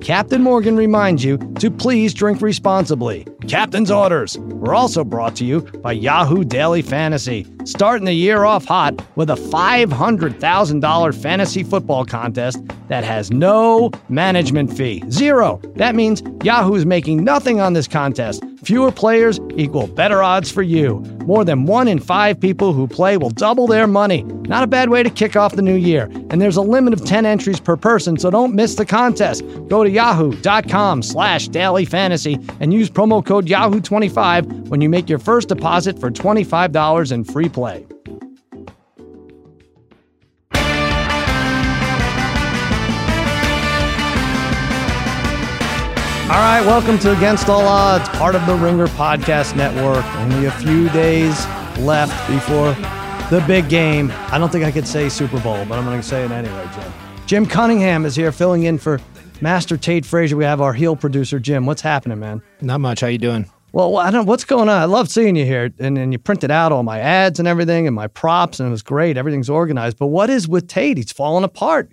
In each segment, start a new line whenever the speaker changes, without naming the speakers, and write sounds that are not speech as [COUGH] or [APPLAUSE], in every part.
Captain Morgan reminds you to please drink responsibly. Captain's Orders. We're also brought to you by Yahoo Daily Fantasy. Starting the year off hot with a $500,000 fantasy football contest that has no management fee. Zero. That means Yahoo's making nothing on this contest. Fewer players equal better odds for you. More than one in five people who play will double their money. Not a bad way to kick off the new year. And there's a limit of 10 entries per person, so don't miss the contest. Go to yahoo.com slash daily fantasy and use promo code Yahoo25 when you make your first deposit for $25 in free play. All right, welcome to Against All Odds, part of the Ringer Podcast Network. Only a few days left before the big game. I don't think I could say Super Bowl, but I'm going to say it anyway, Jim. Jim Cunningham is here filling in for Master Tate Frazier. We have our heel producer, Jim. What's happening, man?
Not much. How you doing?
Well, I don't. What's going on? I love seeing you here, and and you printed out all my ads and everything, and my props, and it was great. Everything's organized. But what is with Tate? He's falling apart.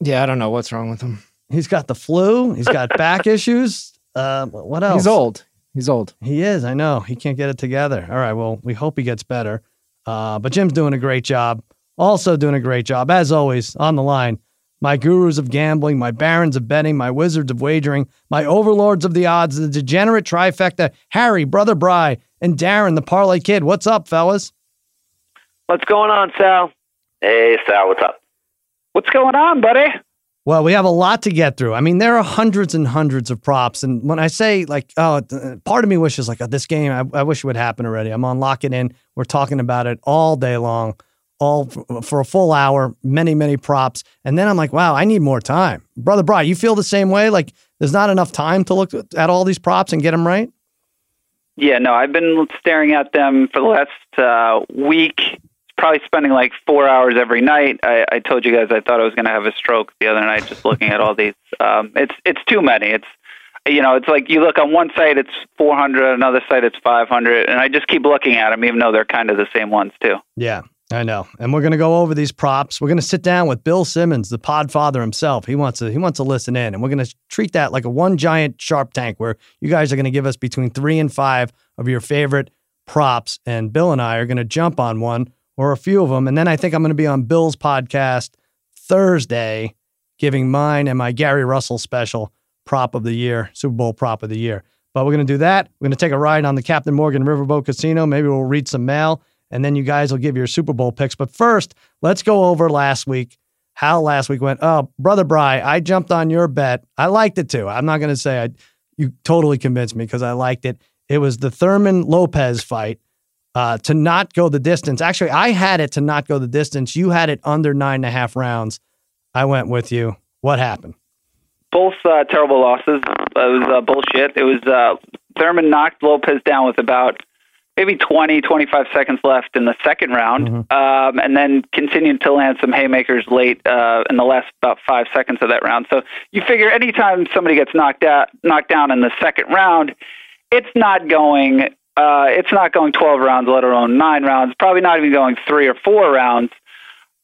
Yeah, I don't know what's wrong with him.
He's got the flu. He's got back [LAUGHS] issues. Uh, what else?
He's old. He's old.
He is. I know. He can't get it together. All right. Well, we hope he gets better. Uh, but Jim's doing a great job. Also doing a great job, as always, on the line. My gurus of gambling, my barons of betting, my wizards of wagering, my overlords of the odds, the degenerate trifecta, Harry, Brother Bry, and Darren, the parlay kid. What's up, fellas?
What's going on, Sal?
Hey, Sal, what's up?
What's going on, buddy?
Well, we have a lot to get through. I mean, there are hundreds and hundreds of props. And when I say, like, oh, th- part of me wishes, like, oh, this game, I, I wish it would happen already. I'm on Lock It In. We're talking about it all day long, all f- for a full hour, many, many props. And then I'm like, wow, I need more time. Brother Bry, you feel the same way? Like, there's not enough time to look at all these props and get them right?
Yeah, no, I've been staring at them for the last uh, week probably spending like four hours every night. I, I told you guys I thought I was going to have a stroke the other night just looking at all these. Um, it's it's too many. It's you know, it's like you look on one site it's 400, another site it's 500, and I just keep looking at them even though they're kind of the same ones too.
Yeah, I know. And we're going to go over these props. We're going to sit down with Bill Simmons, the podfather himself. He wants to he wants to listen in and we're going to treat that like a one giant sharp tank where you guys are going to give us between 3 and 5 of your favorite props and Bill and I are going to jump on one or a few of them. And then I think I'm going to be on Bill's podcast Thursday, giving mine and my Gary Russell special prop of the year, Super Bowl prop of the year. But we're going to do that. We're going to take a ride on the Captain Morgan Riverboat Casino. Maybe we'll read some mail, and then you guys will give your Super Bowl picks. But first, let's go over last week. How last week went? Oh, brother Bry, I jumped on your bet. I liked it too. I'm not going to say I. You totally convinced me because I liked it. It was the Thurman Lopez fight uh, to not go the distance. Actually, I had it to not go the distance. You had it under nine and a half rounds. I went with you. What happened?
Both uh, terrible losses. It was uh, bullshit. It was uh, Thurman knocked Lopez down with about maybe 20, 25 seconds left in the second round, um, and then continued to land some haymakers late uh, in the last about five seconds of that round. So you figure anytime somebody gets knocked out, knocked down in the second round, it's not going uh, it's not going 12 rounds, let alone nine rounds, probably not even going three or four rounds.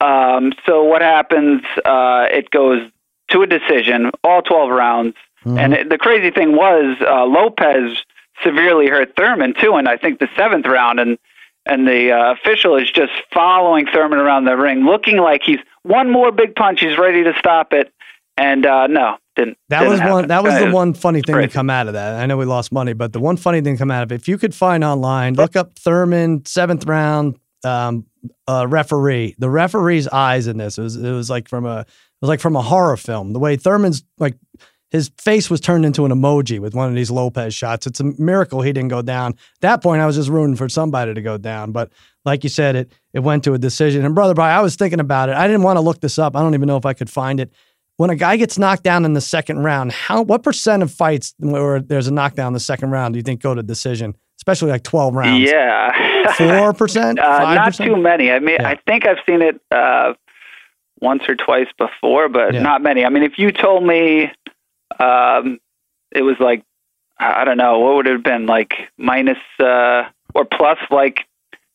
Um, so what happens? Uh, it goes to a decision, all 12 rounds.
Mm-hmm.
And it, the crazy thing was, uh, Lopez severely hurt Thurman too, and I think the seventh round, and and the uh, official is just following Thurman around the ring, looking like he's one more big punch, he's ready to stop it, and uh, no, didn't.
That
didn't
was
happen.
one. That was
Uh,
the one funny thing to
crazy.
come out of that. I know we lost money, but the one funny thing to come out of it, if you could find online, look up Thurman seventh round um, uh, referee. The referee's eyes in this it was it was like from a it was like from a horror film. The way Thurman's like his face was turned into an emoji with one of these Lopez shots. It's a miracle he didn't go down. At that point, I was just rooting for somebody to go down. But like you said, it it went to a decision. And brother, Bri, I was thinking about it. I didn't want to look this up. I don't even know if I could find it. When a guy gets knocked down in the second round, how what percent of fights where there's a knockdown in the second round do you think go to decision? Especially like twelve rounds.
Yeah.
Four percent?
Uh, not Uh, too many. I mean,
Yeah.
I think I've seen it. Uh, once or twice before, but
Yeah.
not many. I mean, if you told me um, it was like, I don't know, what would it have been like minus uh, or plus like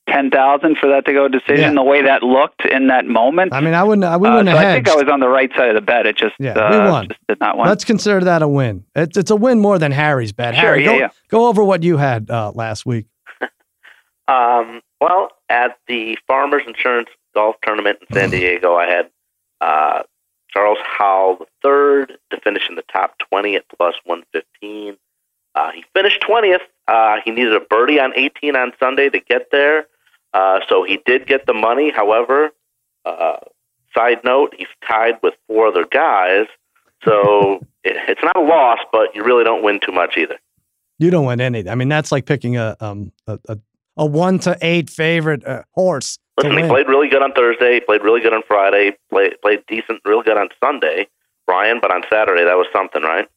10,000 for that to go decision,
Yeah.
the way that looked in that moment.
I mean, I wouldn't. I, we
Uh,
wouldn't
so
have
I think
hedged.
I was on the right side of the bet. It just,
Yeah, we
uh,
won.
just did not win.
Let's consider that a win. It's, it's a win more than Harry's bet.
Sure,
Harry,
yeah,
go,
yeah.
go over what you had uh, last week.
Um, well, at the Farmers Insurance Golf Tournament in San Diego, I had uh, Charles Howell the third to finish in the top twenty at plus one fifteen. Uh, he finished twentieth. Uh, he needed a birdie on eighteen on Sunday to get there, uh, so he did get the money. However, uh, side note, he's tied with four other guys, so [LAUGHS] it, it's not a loss, but you really don't win too much either.
You don't win any. I mean, that's like picking a um a, a, a one to eight favorite uh, horse to
Listen, he
win.
played really good on Thursday. He played really good on Friday. Played played decent, real good on Sunday, Brian. But on Saturday, that was something, right?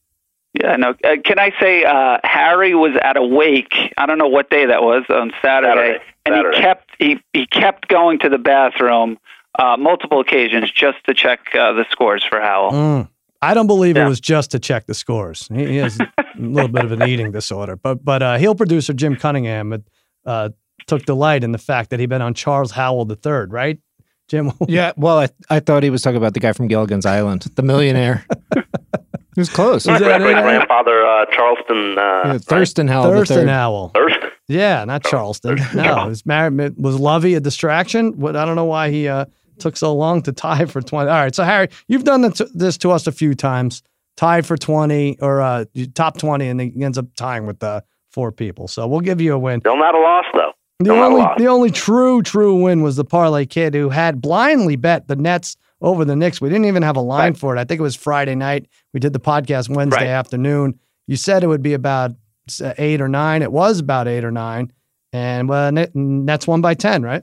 Yeah, no. Uh, can I say uh, Harry was at a wake? I don't know what day that was on Saturday,
Saturday.
and
Saturday.
he kept he he kept going to the bathroom uh, multiple occasions just to check uh, the scores for Howell.
Mm. I don't believe it
Yeah.
was just to check the scores. He, he has a little bit of an eating disorder, but but uh, heel producer Jim Cunningham uh, took delight in the fact that he'd been on Charles Howell III, right? Jim,
[LAUGHS] Yeah. Well, I, I thought he was talking about the guy from Gilligan's Island, the millionaire. [LAUGHS] he was close.
Is that
Great great
it? [LAUGHS]
grandfather uh, Charleston. Uh,
Yeah,
right?
Thurston Howell the
Thurston
third.
Howell.
Thurston.
Yeah, not Charleston. No, was married. Was Lovey a distraction? What I don't know why he uh, took so long to tie for twenty. All right, so Harry, you've done this- this to us a few times. Tied for twenty or uh, top twenty, and he ends up tying with uh, four people. So we'll give you a win.
Still not a loss though.
The
Still not a
only
loss.
the only true true win was the parlay kid who had blindly bet the Nets over the Knicks. We didn't even have a line for it. I think it was Friday night. We did the podcast Wednesday
Right.
afternoon. You said it would be about uh, eight or nine. It was about eight or nine, and well, Net- Nets won by ten, right?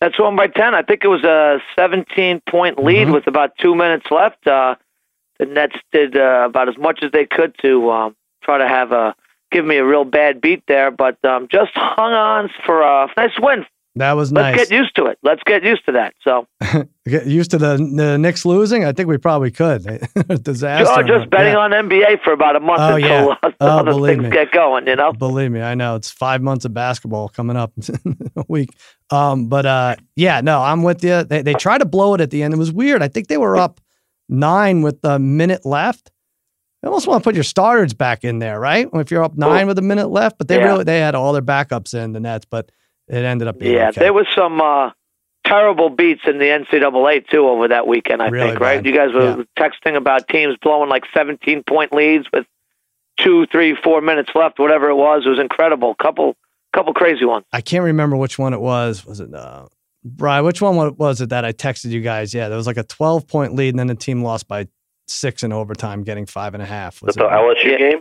That's one by ten. I think it was a seventeen-point lead
Mm-hmm.
Mhm.
with about two minutes left. Uh, the Nets did uh, about as much as they could to um, try to have a give me a real bad beat there, but um, just hung on for a nice win.
That was
Let's
nice.
get used to it. Let's get used to that. So
Get used to the, the Knicks losing. I think we probably could. [LAUGHS] Disaster.
oh, just betting
Yeah.
on NBA for about a month
Oh,
until
yeah.
uh, [LAUGHS]
Oh,
other
believe
things
me.
get going. You know.
Believe me, I know it's five months of basketball coming up [LAUGHS] in a week. Um, but uh, yeah, no, I'm with you. They, they tried to blow it at the end. It was weird. I think they were up nine with a minute left. You almost want to put your starters back in there, right? If you're up nine with a minute left, but they
Yeah.
really they had all their backups in the Nets, but it ended up being
Yeah,
okay.
there was some uh, terrible beats in the NCAA too over that weekend. I
Really
think right.
bad.
You guys were texting about teams blowing like 17 point leads with two, three, four minutes left, whatever it was. It was incredible. Couple, couple crazy ones.
I can't remember which one it was. Was it uh, Brian? Which one wa- was it that I texted you guys? Yeah, there was like a 12 point lead, and then the team lost by six in overtime, getting five and a half. Was
Is that the
it?
LSU
Yeah.
game?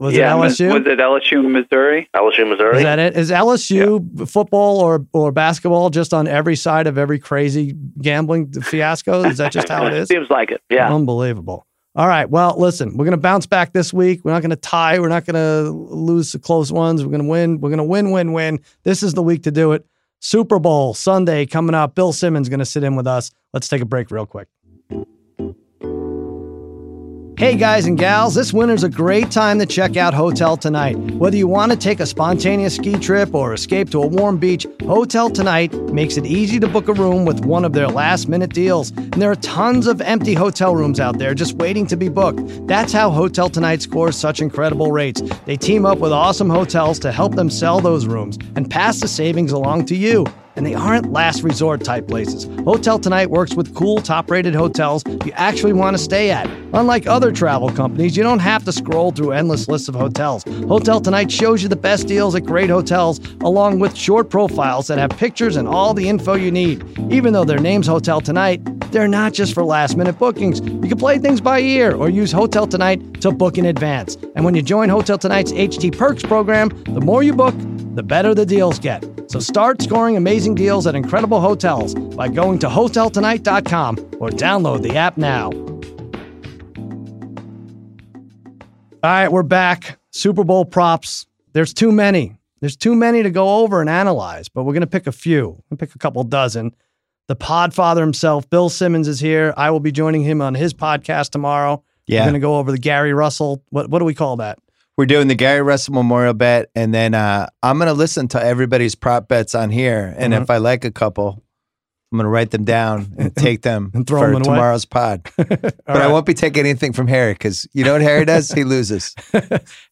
Was
yeah,
it LSU?
Was it LSU, Missouri?
LSU Missouri.
Is that it? Is LSU b- football or or basketball just on every side of every crazy gambling fiasco? Is that just how it
[LAUGHS]
is?
[LAUGHS] Seems like it. Yeah.
Unbelievable. All right. Well, listen, we're going to bounce back this week. We're not going to tie. We're not going to lose the close ones. We're going to win. We're going to win, win, win. This is the week to do it. Super Bowl Sunday coming up. Bill Simmons going to sit in with us. Let's take a break real quick. Hey guys and gals, this winter's a great time to check out Hotel Tonight. Whether you want to take a spontaneous ski trip or escape to a warm beach, Hotel Tonight makes it easy to book a room with one of their last minute deals. And there are tons of empty hotel rooms out there just waiting to be booked. That's how Hotel Tonight scores such incredible rates. They team up with awesome hotels to help them sell those rooms and pass the savings along to you and they aren't last resort type places. Hotel Tonight works with cool, top rated hotels you actually want to stay at. Unlike other travel companies, you don't have to scroll through endless lists of hotels. Hotel Tonight shows you the best deals at great hotels, along with short profiles that have pictures and all the info you need. Even though their name's Hotel Tonight, they're not just for last minute bookings. You can play things by ear or use Hotel Tonight to book in advance. And when you join Hotel Tonight's HT Perks program, the more you book, the better the deals get. So start scoring amazing deals at incredible hotels by going to hoteltonight.com or download the app now. All right, we're back. Super Bowl props. There's too many. There's too many to go over and analyze, but we're going to pick a few. We'll pick a couple dozen. The podfather himself, Bill Simmons, is here. I will be joining him on his podcast tomorrow. We're
Yeah.
going to go over the Gary Russell. What what do we call that?
We're doing the Gary Russell Memorial bet, and then uh, I'm gonna listen to everybody's prop bets on here, and
Mhm.
if I like a couple, I'm gonna write them down
[LAUGHS]
and take them
And throw
for
'em away?
tomorrow's pod.
[LAUGHS]
but I
right.
won't be taking anything from Harry because you know
[LAUGHS]
what Harry does? he loses.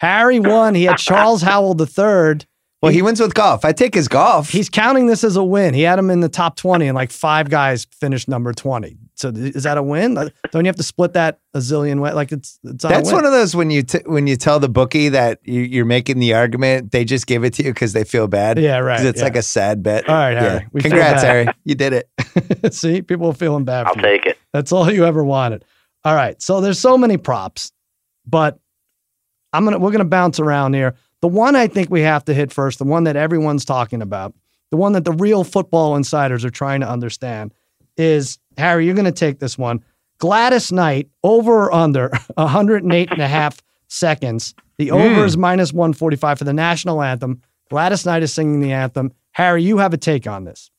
Harry won. He had Charles Howell III.
Well, he wins with golf. I take his golf.
He's counting this as a win. He had him in the top 20, and like five guys finished number 20. So th- is that a win? Like, Don't you have to split that a zillion ways? Like it's, it's not
That's
a win.
one of those when you t- when you tell the bookie that you, you're making the argument, they just give it to you because they feel bad.
Yeah,
'Cause
right.
It's like a sad bet.
All right, Harry, we feel
Congrats,
bad.
Harry. You
[LAUGHS]
did it.
a see. People are feeling bad.
I'll
for you.
take it.
That's all [LAUGHS] you ever wanted. All right. So there's so many props, but I'm gonna we're gonna bounce around here. The one I think we have to hit first, the one that everyone's talking about, the one that the real football insiders are trying to understand is Harry, you're gonna take this one. Gladys Knight over or under [LAUGHS] 108 and a half seconds. The over is minus 145 for the national anthem. Gladys Knight is singing the anthem. Harry, you have a take on this.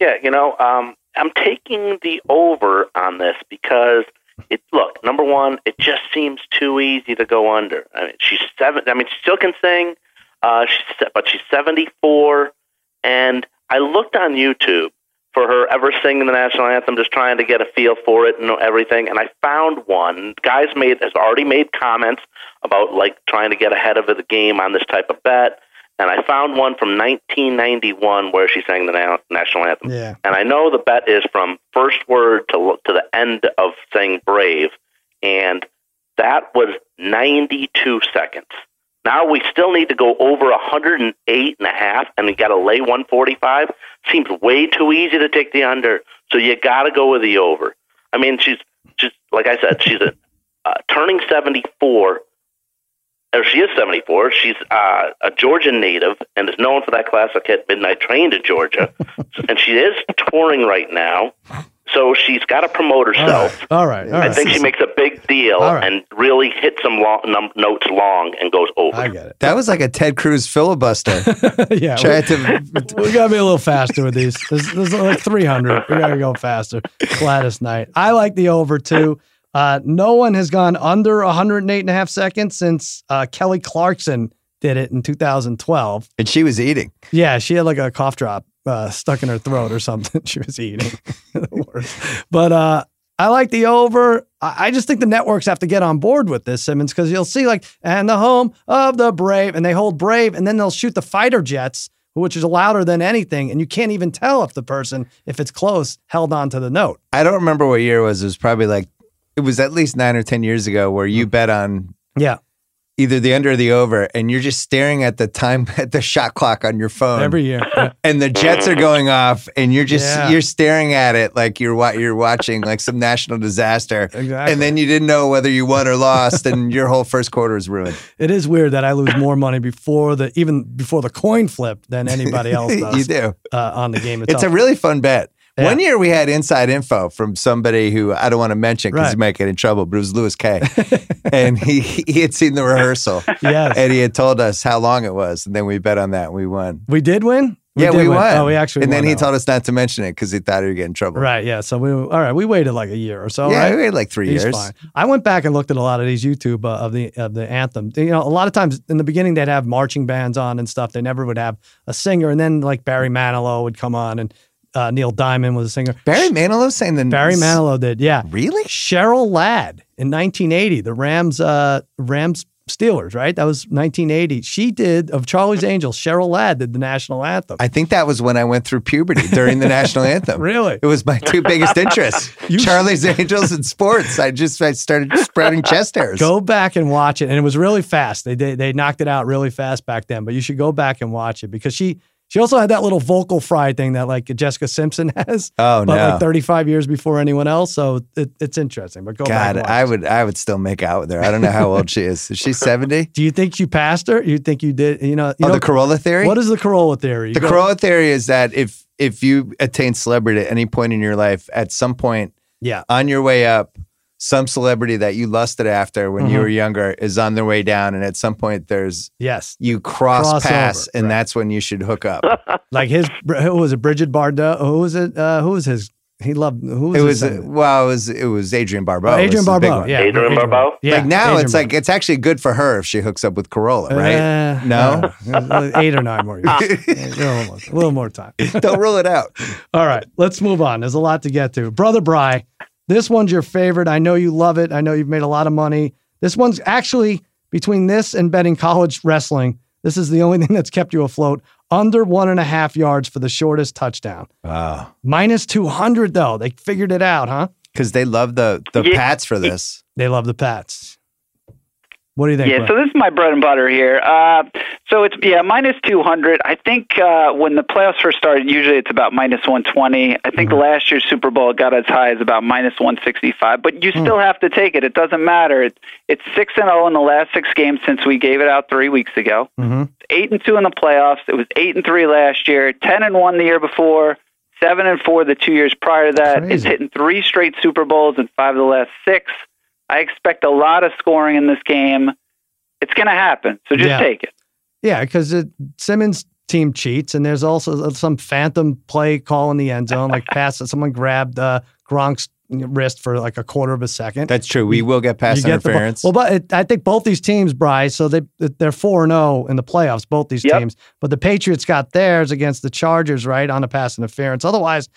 Yeah, you know, um, I'm taking the over on this because it. Look, number one, it just seems too easy to go under. I mean, she's seven. I mean, she still can sing, uh, she's, se- but she's 74. And I looked on YouTube for her ever singing the national anthem, just trying to get a feel for it and everything. And I found one. Guys made has already made comments about like trying to get ahead of the game on this type of bet. And I found one from 1991 where she sang the na- national anthem
Yeah.
and I know the bet is from first word to to the end of saying brave, and that was 92 seconds. Now we still need to go over 108 and a half, and we got to lay 145. Seems way too easy to take the under, so you got to go with the over. I mean, she's just like I said, she's a, uh, turning 74. Or she is 74. She's uh, a Georgian native and is known for that classic hit "Midnight Train" to Georgia and she is touring right now. So she's got to promote herself.
All right. All
I
right.
think she makes a big deal
All right.
and really hits some long, num- notes long and goes over.
I get it.
That was like a Ted
[LAUGHS]
Cruz filibuster.
yeah, we-
Tried to
[LAUGHS] we gotta be a little faster with these. There's, there's like 300. We gotta go faster. Gladys Knight. I like the over too. Uh, no one has gone under 108 and a half seconds since uh, Kelly Clarkson did it in 2012.
and she was eating.
Yeah, she had like a cough drop uh, stuck in her throat or something. [LAUGHS] she was eating. The worst. But uh, I like the over. I, I just think the networks have to get on board with this, Simmons, because you'll see like, and the home of the brave, and they hold brave, and then they'll shoot the fighter jets, which is louder than anything. And you can't even tell if the person, if it's close, held on to the note.
I don't remember what year it was. It was probably like it was at least nine or ten years ago where you bet on
Mm. Yeah.
either the under or the over, and you're just staring at the time [LAUGHS] at the shot clock on your phone.
Every year.
Um, [LAUGHS] and the jets are going off and you're just
Yeah.
you're staring at it like you're wa- you're watching like some national disaster
Exactly.
and then you didn't know whether you won or lost and your whole first quarter is ruined
It is weird that I lose more money before the even before the coin flip than
[LAUGHS]
anybody else
you
does
do
uh, on the game itself.
it's a really fun bet
Yeah.
one year we had inside info from somebody who I don't want to mention because
Right.
he might get in trouble, but it was Lewis
[LAUGHS]
K. and he, he had seen the rehearsal
yes.
and he had told us how long it was. And then we bet on that and we won.
We did win.
yeah,
did
we
win.
won.
Oh, we actually.
And then
won
he
that
told us not to mention it because he thought he would get in trouble.
one. Right. Yeah. So we. All right. We waited like a year or so.
yeah,
Right.
we had like three
He's
years.
fine. I went back and looked at a lot of these YouTube uh, of the of the anthem. You know, a lot of times in the beginning they'd have marching bands on and stuff. They never would have a singer, and then like Barry Manilow would come on, and uh, Neil Diamond was a singer.
Barry Manilow saying the
Barry Manilow did. Yeah.
Really?
Cheryl Ladd in 1980, the Rams, uh, Rams Steelers, right? That was 1980. She did of Charlie's Angels. Cheryl Ladd did the national anthem.
I think that was when I went through puberty during
[LAUGHS]
the national anthem.
really?
It was my two biggest interests:
You-
Charlie's Angels and sports. I just I started sprouting chest hairs.
Go back and watch it, and it was really fast. They, they they knocked it out really fast back then. But you should go back and watch it because she she also had that little vocal fry thing that like Jessica Simpson [LAUGHS] has,
Oh
but
no,
like 35 years before anyone else. So it, it's interesting. But go back.
God!
and watch
I
it.
would I would still make out with her. I don't know how old she is. Is she seventy?
Do [LAUGHS] you think you passed her? You think you did? You know? You
Oh,
know
the Corolla theory.
what is the Corolla theory? You
the
go-
Corolla theory is that if if you attain celebrity at any point in your life, at some point
Yeah.
on your way up, some celebrity that you lusted after when you
Mhm.
were younger is on their way down, and at some point there's
Yes.
you cross,
Cross
paths,
over,
and
right.
that's when you should hook up.
Like his, who was it? Bridget Bardot. Who was it? Uh, who was his? He loved. Who was
it
his
was
son?
well, it was it was Adrian Barbeau.
Oh, Adrian
was the big
Barbeau.
one.
Yeah.
Adrian Barbeau?
Yeah.
like now
Adrian
it's like it's actually good for her if she hooks up with Corolla,
Barbeau.
right?
Uh,
No?
uh, eight or nine more years. Yeah,
[LAUGHS]
a, little more, a little more time.
Don't rule it out.
All right, let's move on. There's a lot to get to. Brother Bry, this one's your favorite. I know you love it. I know you've made a lot of money. This one's actually between this and betting college wrestling. This is the only thing that's kept you afloat. Under one and a half yards for the shortest touchdown.
Wow,
Minus 200, though. They figured it out, huh?
because they love the the
Yeah.
Pats for this.
They love the Pats. What do you think?
yeah,
Brett?
so this is my bread and butter here. Uh, so it's yeah minus two hundred. I think uh, when the playoffs first started, usually it's about minus one twenty. I think last year's Super Bowl got as high as about minus one sixty five. But you still have to take it. It doesn't matter. It's it's six and zero in the last six games since we gave it out three weeks ago.
Mhm.
Eight and two in the playoffs. It was eight and three last year. Ten and one the year before. Seven and four the two years prior to that. It's
Crazy.
hitting three straight Super Bowls and five of the last six. I expect a lot of scoring in this game. It's going to happen. So just
Yeah.
take it.
Yeah, because Simmons' team cheats, and there's also some phantom play call in the end zone,
[LAUGHS]
like pass that someone grabbed uh, Gronk's wrist for like a quarter of a second.
That's true. We will get pass
You get the ball.
interference.
well, but it, I think both these teams, Bry, so they they're four and zero in the playoffs. Both these
Yep.
teams, but the Patriots got theirs against the Chargers, right, on a pass interference. Otherwise,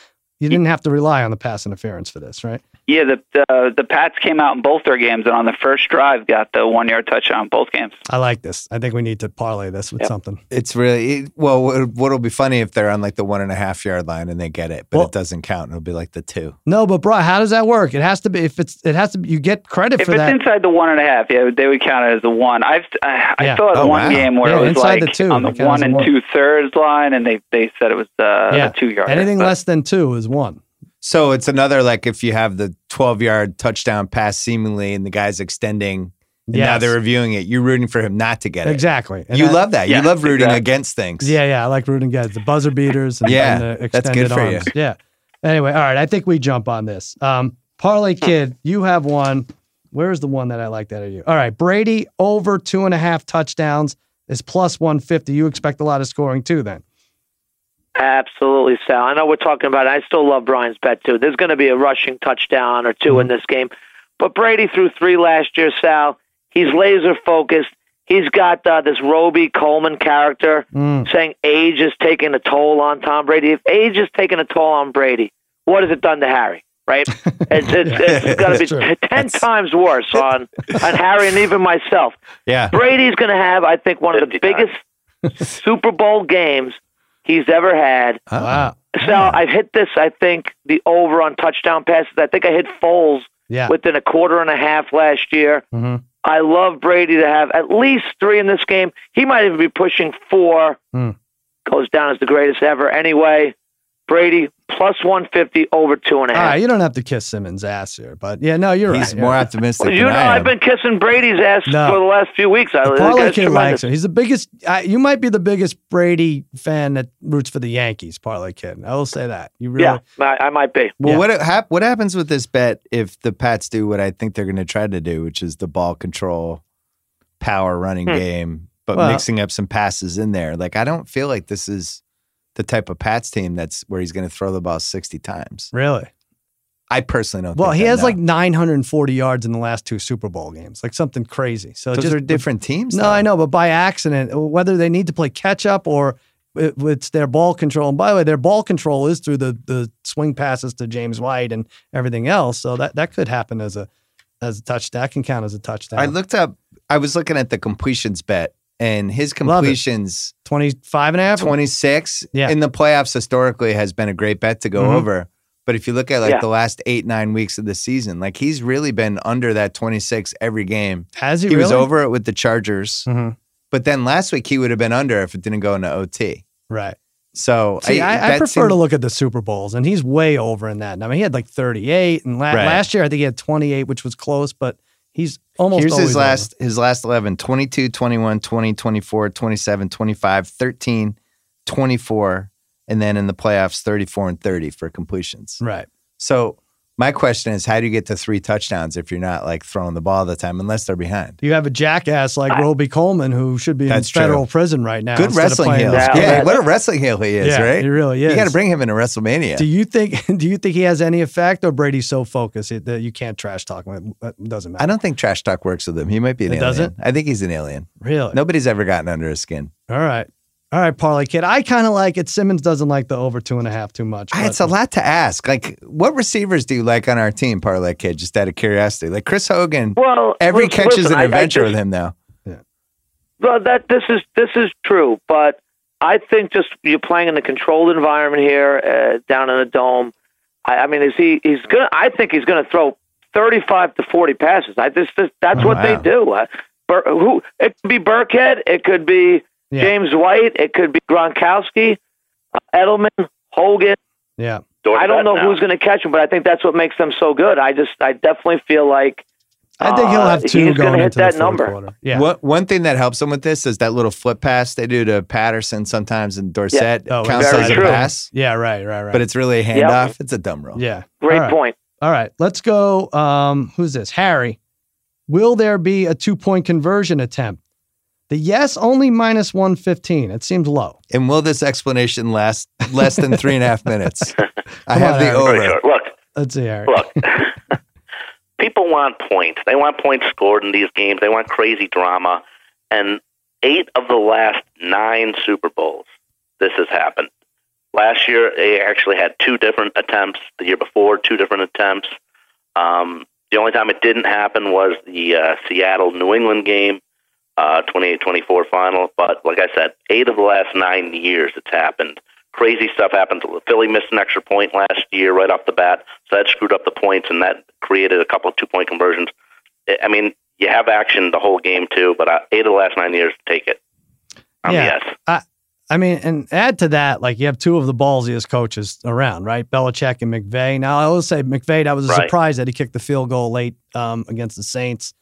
you didn't have to rely on the pass interference for this, right?
Yeah, the, the the Pats came out in both their games, and on the first drive, got the one yard touchdown in both games.
I like this. I think we need to parlay this with something.
it's really it- well. what- What'll be funny if they're on like the one and a half yard line and they get it, but
Well-
it doesn't count. It'll be like the two.
No, but Bry, how does that work? It has to be if it's it has to be, you get credit
If
for
it's
that.
inside the one and a half, yeah, they would count it as a one. I've I,
Yeah.
I saw it
Oh,
in
wow.
one game where
Yeah,
it was
inside
like
the two,
on the
they count as
one
a
and
one.
two thirds line, and they they said it was uh,
Yeah.
a two yard.
Anything less than two is one.
So it's another like if you have the twelve yard touchdown pass seemingly, and the guy's extending. And Now
Yes.
they're reviewing it. You're rooting for him not to get it.
Exactly. And
You
that-
love that.
yeah,
you love rooting
exactly.
against things.
Yeah, yeah. I like rooting guys. The buzzer beaters and,
Yeah,
and the
that's
extended
good for you.
arms. Yeah. Anyway, all right. I think we jump on this. Um, Parlay
Hmm.
Kid, you have one. Where's the one that I like that at you? All right. Brady over two and a half touchdowns is plus 150. You expect a lot of scoring too, then.
Absolutely, Sal. I know we're talking about it. I still love Brian's bet, too. There's going to be a rushing touchdown or 2 in
Mm-hmm.
this game. But Brady threw three last year, Sal. He's laser focused. He's got uh, this Roby Coleman character
Mm.
saying age is taking a toll on Tom Brady. If age is taking a toll on Brady, what has it done to Harry?
[LAUGHS]
Right? It's, it's, it's going to be
That's true.
t- 10 times
[LAUGHS]
worse on, on Harry and even myself.
Yeah.
Brady's going to have, I think, one of
50
the
times.
biggest Super Bowl games he's ever had.
Oh.
Wow.
So I've hit this, I think, the over on touchdown passes. I think I hit Foles
Yeah.
within a quarter and a half last year.
Mhm.
I love Brady to have at least three in this game. He might even be pushing four.
Hmm.
Goes down as the greatest ever anyway. Brady plus 150 over two and a
All
half.
right. You don't have to kiss Simmons' ass here, but yeah, no, you're
He's
right.
more
yeah.
optimistic.
Well, you
than
know,
I am.
I've been kissing Brady's ass
No.
for the last few weeks. I,
The
that
Parlay
guy's
Kid
tremendous.
likes him. He's the biggest. I, you might be the biggest Brady fan that roots for the Yankees. Parlay Kid. I will say that. You really.
Yeah, I, I might be.
Well,
Yeah.
what hap- what happens with this bet if the Pats do what I think they're going to try to do, which is the ball control, power running game, but
Hmm. Well-
mixing up some passes in there? Like I don't feel like this is the type of Pats team that's where he's going to throw the ball sixty times.
Really.
I personally don't.
Well,
think
he
that,
has
no.
like 940 yards in the last two Super Bowl games, like something crazy. So
those
just
are different teams.
No,
though.
I know, but by accident, uh, whether they need to play catch up or it- it's their ball control. And by the way, their ball control is through the the swing passes to James White and everything else. So that that could happen as a as a touchdown. That can count as a touchdown.
I looked up. I was looking at the completions bet, and his
Love it.
completions.
25 and a half.
26
Yeah.
in the playoffs historically has been a great bet to go
Mhm.
over. But if you look at like
Yeah.
the last eight, nine weeks of the season, like he's really been under that 26 every game.
Has
He,
he,
was
really?
over it with the Chargers.
Mhm.
But then last week he would have been under if it didn't go into OT.
Right.
So
See, I, I
that
prefer to
seemed-
look at the Super Bowls, and he's way over in that. I mean, he had like 38, and la-
Right.
last year I think he had 28, which was close, but he's almost
Here's
always
his
over.
last his last 11 22, 21, 20, 24, 27, 25, 13, 24, and then in the playoffs 34 and 30 for completions.
Right.
So My question is, how do you get to three touchdowns if you're not like throwing the ball all the time, unless they're behind?
You have a jackass like Roby Coleman who should be in
That's
federal prison right now.
Good
instead of
wrestling
playing
heel.
this
Yeah.
game.
Yeah, what a wrestling heel he is,
Yeah,
right?
He really is.
You got to bring him into WrestleMania.
Do you think? [LAUGHS] Do you think he has any effect, or Brady's so focused it- that you can't trash talk him? It doesn't matter.
I don't think trash talk works with him. He might be an
It
alien.
doesn't?
I think he's an alien.
really.
Nobody's ever gotten under his skin.
All right. All right, Parlay Kid. I kind of like it. Simmons doesn't like the over two and a half too much.
I-
but-
it's a lot to ask. Like, what receivers do you like on our team, Parlay Kid? Just out of curiosity. Like Chris Hogan,
Well,
every
listen-
catch is
listen,
an
I- I
adventure
just-
with him, though.
Well, that this is this is true, but I think just you're playing in a controlled environment here, uh, down in the dome. I, I mean, is he? He's gonna. I think he's gonna throw 35 to 40 passes. I just this, that's
Oh,
what
wow.
they do. Uh, Bur- who it could be Burkhead, it could be
Yeah.
James White, it could be Gronkowski, uh, Edelman, Hogan.
yeah.
I don't know who's going to catch him, but I think that's what makes them so good. I just, I definitely feel like
I think he'll
Uh,
have two
he's gonna
going
hit
into
that
the fourth
number.
quarter. Yeah.
What, one thing that helps him with this is that little flip pass they do to Patterson sometimes and Dorsett.
Yeah. Oh,
counts
very
as a
true.
pass,
Yeah. Right. Right. Right.
but it's really a handoff. It's a dumb rule.
yeah.
great
All right.
point.
All right. Let's go. Um, who's this? Harry. Will there be a two point conversion attempt? The yes only minus one fifteen. It seems low.
And will this explanation last less than three and a half
[LAUGHS]
minutes? I
Come
have
on,
the
Aaron.
Very
over.
short. Look,
Let's see, Harry.
Look, [LAUGHS] people want points. They want points scored in these games. They want crazy drama. And eight of the last nine Super Bowls, this has happened. Last year, they actually had two different attempts. The year before, two different attempts. Um, the only time it didn't happen was the uh, Seattle New England game, uh, 28-24 final. But like I said, eight of the last nine years it's happened. Crazy stuff happened. Philly missed an extra point last year right off the bat, so that screwed up the points and that created a couple of two-point conversions. I- I mean, you have action the whole game too, but uh, eight of the last nine years, take it. Um,
Yeah.
Yes.
I mean, and add to that, like you have two of the ballsiest coaches around, right? Belichick and McVay. Now, I will say McVay, that was a
Right.
surprise that he kicked the field goal late um, against the Saints.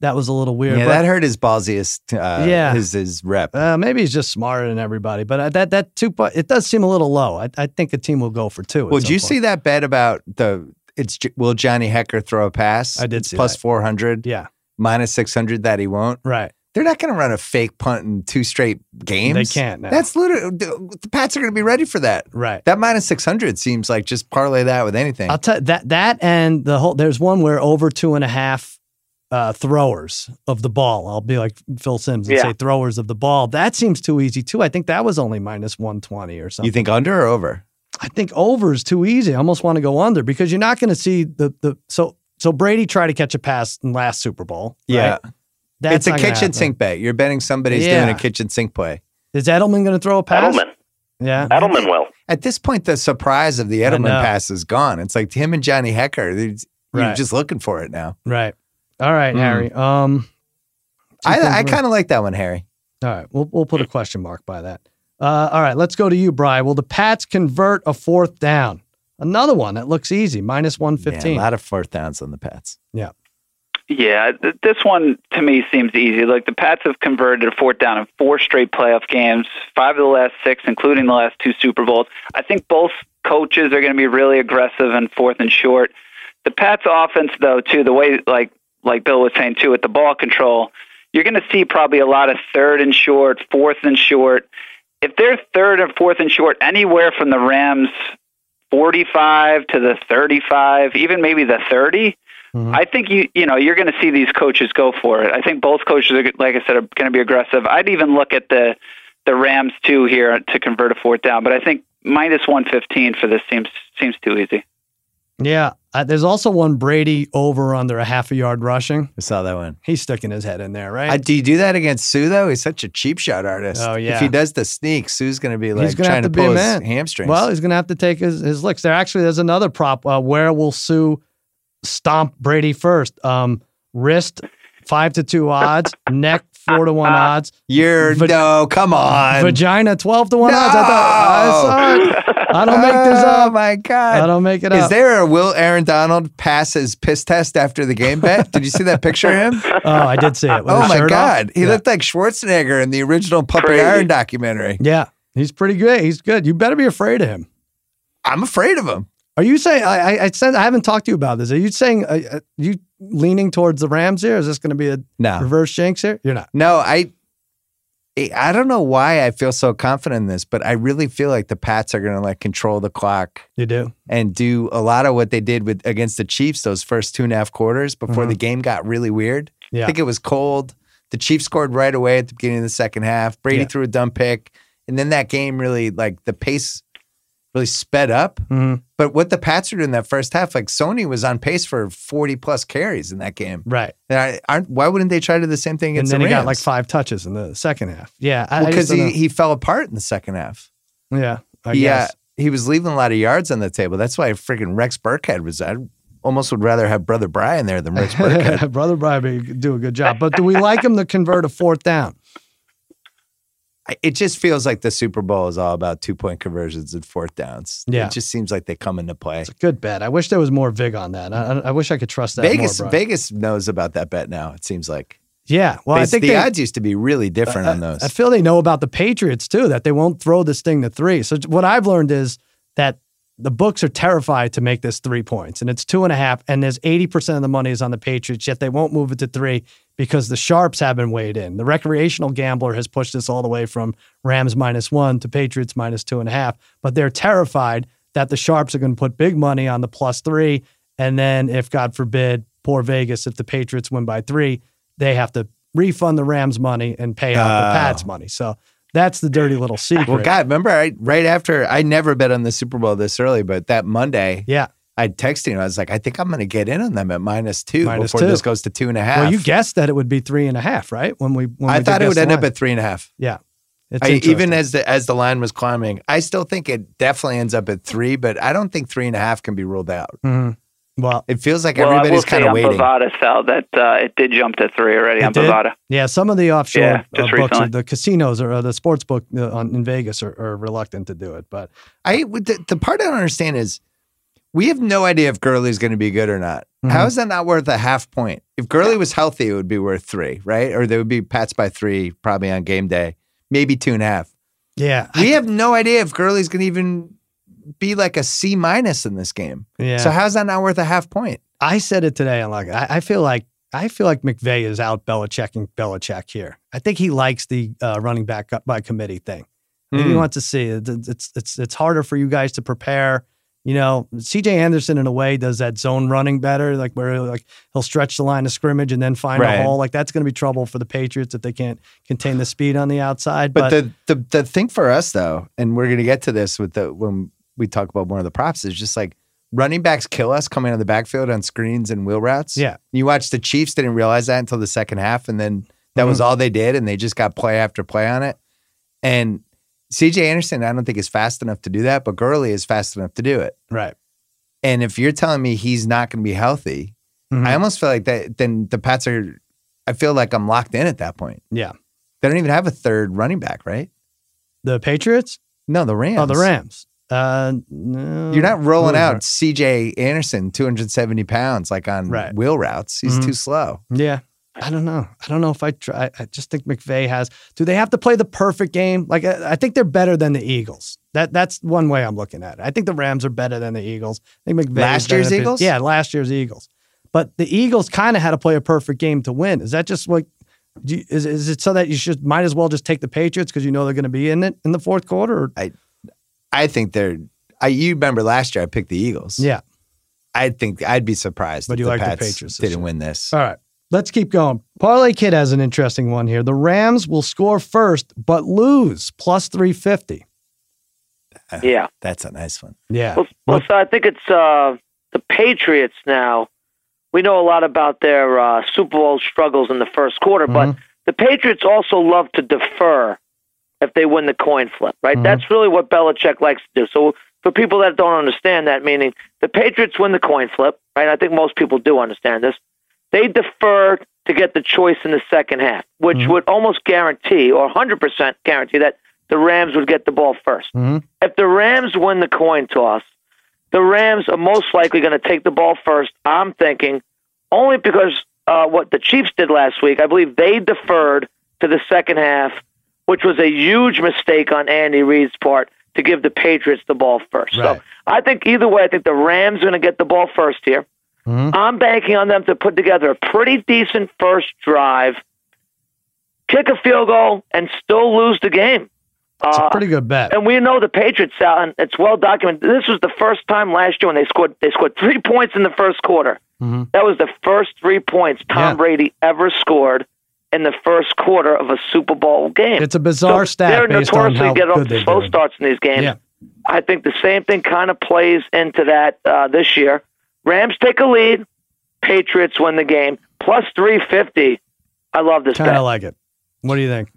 That was a little weird.
Yeah,
but-
that hurt his ballsiest. Uh,
Yeah.
his his rep.
Uh, maybe he's just smarter than everybody, but uh, that that two point it does seem a little low. I, I think the team will go for two. at
Well,
some
did you
point.
see that bet about the? It's J- will Johnny Hecker throw a pass?
I did
It's
see
plus
that.
four hundred.
Yeah.
minus six hundred that he won't.
Right,
They're not going to run a fake punt in two straight games.
They can't now.
That's literally the Pats are going to be ready for that.
right.
That minus six hundred seems like just parlay that with anything.
I'll tell that that and the whole. There's one where over two and a half uh, throwers of the ball. I'll be like Phil Sims and
Yeah.
say throwers of the ball. That seems too easy too. I think that was only minus one twenty or something.
you think under or over?
I think over is too easy. I almost want to go under because you're not going to see the the so so Brady tried to catch a pass in last Super Bowl. right? That's
it's a
not gonna
kitchen
happen.
sink bet. You're betting somebody's doing
Yeah.
a kitchen sink play.
Is Edelman going to throw a pass?
Edelman.
Yeah.
Edelman will.
At this point, the surprise of the
I
Edelman
know.
pass is gone. It's like him and Johnny Hecker. they- You're
Right.
just looking for it now.
Right. All right,
Mm.
Harry. Um, two
I, I
things we're-
kind of like that one, Harry.
All right, we'll we'll
Hmm.
put a question mark by that. Uh, all right, let's go to you, Bry. Will the Pats convert a fourth down? Another one that looks easy, minus one
Yeah,
fifteen.
a lot of fourth downs on the Pats.
Yeah, th- this one to me seems easy. Look, the Pats have converted a fourth down in four straight playoff games, five of the last six, including the last two Super Bowls. I think both coaches are going to be really aggressive in fourth and short. The Pats' offense, though, too, the way like like Bill was saying too, with the ball control, you're going to see probably a lot of third and short, fourth and short. If they're third and fourth and short anywhere from the Rams 45 to the 35, even maybe the 30,
Mm-hmm.
I think you you know you're going to see these coaches go for it. I think both coaches are like I said are going to be aggressive. I'd even look at the the Rams too here to convert a fourth down, but I think minus 115 for this seems seems too easy.
Yeah, uh, there's also one Brady over under a half a yard rushing.
I saw that one.
He's sticking his head in there, right?
Uh, do you do that against Sue though? He's such a cheap shot artist.
Oh, yeah.
If he does the sneak, Sue's going to be like
gonna
trying
have to
to,
be a
pull his
man.
hamstrings.
well, he's going to have to take his, his licks. There actually there's another prop. Uh, where will Sue stomp Brady first? Um, wrist five to two
[LAUGHS]
odds, neck four to one odds,
you're
Va-
no, come on.
vagina twelve to one odds. I thought I, saw it. I don't make this
[LAUGHS] Oh
up.
my
I
god.
don't make it
Is
up.
there a will Aaron Donald pass his piss test after the game bet? Did you see that picture of him?
oh, I did see it. With
[LAUGHS] oh
his
my
shirt off.
god. He
yeah.
looked like Schwarzenegger in the original Puppet
Crazy.
Iron documentary.
Yeah, he's pretty good. He's good. You better be afraid of him.
I'm afraid of him.
Are you saying I, I- I said I haven't talked to you about this? Are you saying uh, uh, you leaning towards the Rams here? Is this going to be a
No.
reverse jinx here? You're not.
No, I I I don't know why I feel so confident in this, but I really feel like the Pats are going to like control the clock
You do.
and do a lot of what they did with against the Chiefs those first two and a half quarters before
Mhm.
the game got really weird.
Yeah.
I think it was cold. The Chiefs scored right away at the beginning of the second half. Brady
Yeah.
threw a dumb pick, and then that game really like the pace really sped up.
Mhm.
But what the Pats were doing that first half, like Sony was on pace for forty plus carries in that game.
Right.
And I, aren't, why wouldn't they try to do the same
And
thing? against
then
the
he got like
Rams?
five touches in the second half. Yeah. I, I just
because
don't
he, he fell apart in the second half.
know. yeah. I
yeah,
guess.
he was leaving a lot of yards on the table. That's why freaking Rex Burkhead was. I almost would rather have brother Brian there than Rex
[LAUGHS]
Burkhead.
Brother Brian may do a good job, but do we like him to convert a fourth down?
I- it just feels like the Super Bowl is all about two point conversions and fourth downs.
Yeah.
it just seems like they come into play.
It's a good bet. I wish there was more vig on that. I, I- I wish I could trust that. more,
Vegas,
Brian.
Vegas knows about that bet now. It seems like
Yeah. Well, I
Bas-
think
the
they,
odds used to be really different
I-
on those.
I feel they know about the Patriots too, that they won't throw this thing to three. So what I've learned is that the books are terrified to make this three points, and it's two and a half, and there's 80% of the money is on the Patriots, yet they won't move it to three because the sharps have been weighed in. The recreational gambler has pushed this all the way from Rams minus one to Patriots minus two and a half, but they're terrified that the sharps are going to put big money on the plus three, and then if God forbid, poor Vegas, if the Patriots win by three, they have to refund the Rams money and pay out the
Oh.
Pats money. So that's the dirty little secret.
well, God, remember I, right after I never bet on the Super Bowl this early, but that Monday,
yeah.
I texted him. I was like, I think I'm going to get in on them at minus two
Minus
before
two.
this goes to two and a half.
Well, you guessed that it would be three and a half, right? When we, when
I
we
thought
did
it would
guess
end
the
up
line.
at three and a half.
yeah. It's
I,
interesting.
even as the as the line was climbing, I still think it definitely ends up at three, but I don't think three and a half can be ruled out.
Mhm. well,
It feels like
well, I will
everybody's
say
kind of
on
waiting.
Bovada, Sal, that uh, it did jump to three already
It
on
did?
Bovada.
yeah, some of the offshore
Yeah,
uh,
just
books,
recently.
or the casinos or uh, the sports book uh, on, in Vegas are, are reluctant to do it, but
I would- the, the part I don't understand is we have no idea if Gurley's going to be good or not.
Mhm.
How is that not worth a half point? If Gurley was healthy, it would be worth three, right? Or they would be Pats by three probably on game day, maybe two and a half.
yeah,
We have no idea if Gurley's going to even be like a C minus in this game.
yeah.
So how's that not worth a half point?
I said it today, and like I, I feel like I feel like McVay is out Belichicking Belichick here. I think he likes the uh, running back up by committee thing. I think He
Hmm.
wants to see it. It's it's it's harder for you guys to prepare. You know, C.J. Anderson in a way does that zone running better, like where like he'll stretch the line of scrimmage and then find
Right.
a hole. Like that's going to be trouble for the Patriots if they can't contain the speed on the outside.
But, the, the the thing for us though, and we're gonna get to this with the when we talk about one of the props is just like running backs kill us coming out of the backfield on screens and wheel routes.
Yeah.
You watch the Chiefs didn't realize that until the second half, and then that
Mm-hmm.
was all they did, and they just got play after play on it. And CJ Anderson, I don't think is fast enough to do that, but Gurley is fast enough to do it.
right,
And if you're telling me he's not gonna be healthy,
Mhm.
I almost feel like that then the Pats are I feel like I'm locked in at that point.
Yeah.
They don't even have a third running back, right?
the Patriots,
No, the Rams.
oh the Rams. Oh, Uh, no,
You're not rolling
Those
out
aren't-
CJ Anderson 270 pounds like on
Right.
wheel routes. He's
Mhm.
too slow.
Yeah. I don't know. I don't know if I try. I- I just think McVay has. Do they have to play the perfect game? Like I, I think they're better than the Eagles. That that's one way I'm looking at it. I think the Rams are better than the Eagles. I think McVay. is
Last
better
year's
than-
Eagles?
Yeah, last year's Eagles. But the Eagles kind of had to play a perfect game to win. Is that just like? Do you, is is it so that you should might as well just take the Patriots because you know they're going to be in it in the fourth quarter? Or,
I think they're. I you remember last year I picked the Eagles.
yeah.
I think I'd be surprised
But
if
you
the
like the
Pats
Patriots this
didn't
year. Uh.
win this.
All right. Let's keep going. Parlay Kid has an interesting one here. The Rams will score first, but lose plus three fifty.
Yeah.
That's a nice one.
Yeah.
Well, well, so I think it's uh, the Patriots now. We know a lot about their uh, Super Bowl struggles in the first quarter, but the Patriots also love to defer if they win the coin flip, right?
Mhm.
That's really what Belichick likes to do. So for people that don't understand that, meaning the Patriots win the coin flip, right? I think most people do understand this. They defer to get the choice in the second half, which
Mhm.
would almost guarantee or 100% guarantee that the Rams would get the ball 1st
Mhm.
If the Rams win the coin toss, the Rams are most likely going to take the ball first. I'm thinking only because uh, what the Chiefs did last week, I believe they deferred to the second half, which was a huge mistake on Andy Reid's part. to give the Patriots the ball first.
Right.
So I think either way, I think the Rams are going to get the ball first here.
Mhm.
I'm banking on them to put together a pretty decent first drive, kick a field goal, and still lose the game.
It's a
Uh,
pretty good bet.
and we know the Patriots out, and it's well documented. This was the first time last year when they scored they scored three points in the first quarter.
Mhm.
That was the first three points Tom
Yeah.
Brady ever scored in the first quarter of a Super Bowl game.
It's a bizarre
So
stat
They're
based on
notoriously
how
get off
good
to
they're
slow
doing.
starts in these games.
Yeah.
I think the same thing kind of plays into that uh, this year. Rams take a lead, Patriots win the game plus three fifty. I love this
Kind
bet.
of like it. What do you think?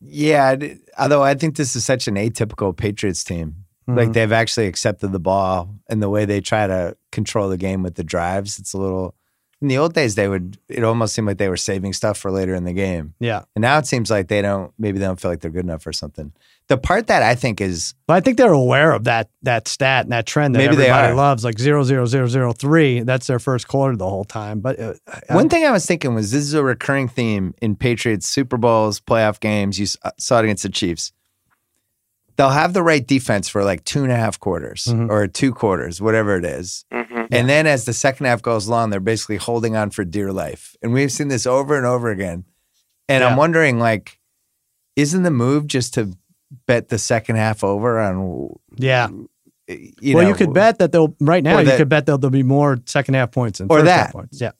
Yeah, I'd- although I think this is such an atypical Patriots team. Like
Mhm.
they've actually accepted the ball and the way they try to control the game with the drives. It's a little. In the old days, they would. It almost seemed like they were saving stuff for later in the game,
Yeah.
and now it seems like they don't. Maybe they don't feel like they're good enough or something. The part that I think is
But I think they're aware of that that stat and that trend that
Maybe they
everybody
are.
loves, like zero zero zero zero three. That's their first quarter the whole time. But uh, I-
One thing I was thinking was this is a recurring theme in Patriots Super Bowls, playoff games. You s- uh, saw it against the Chiefs. They'll have the right defense for like two and a half quarters
Mhm.
or two quarters, whatever it is. And then as the second half goes along, they're basically holding on for dear life. And we've seen this over and over again. And
Yeah.
I'm wondering, like, isn't the move just to bet the second half over on,
yeah.
you
well,
know,
you could bet that they'll right now.
or
you
that-
could bet that there'll be more second half points and
Or
first half
that.
points. Yeah.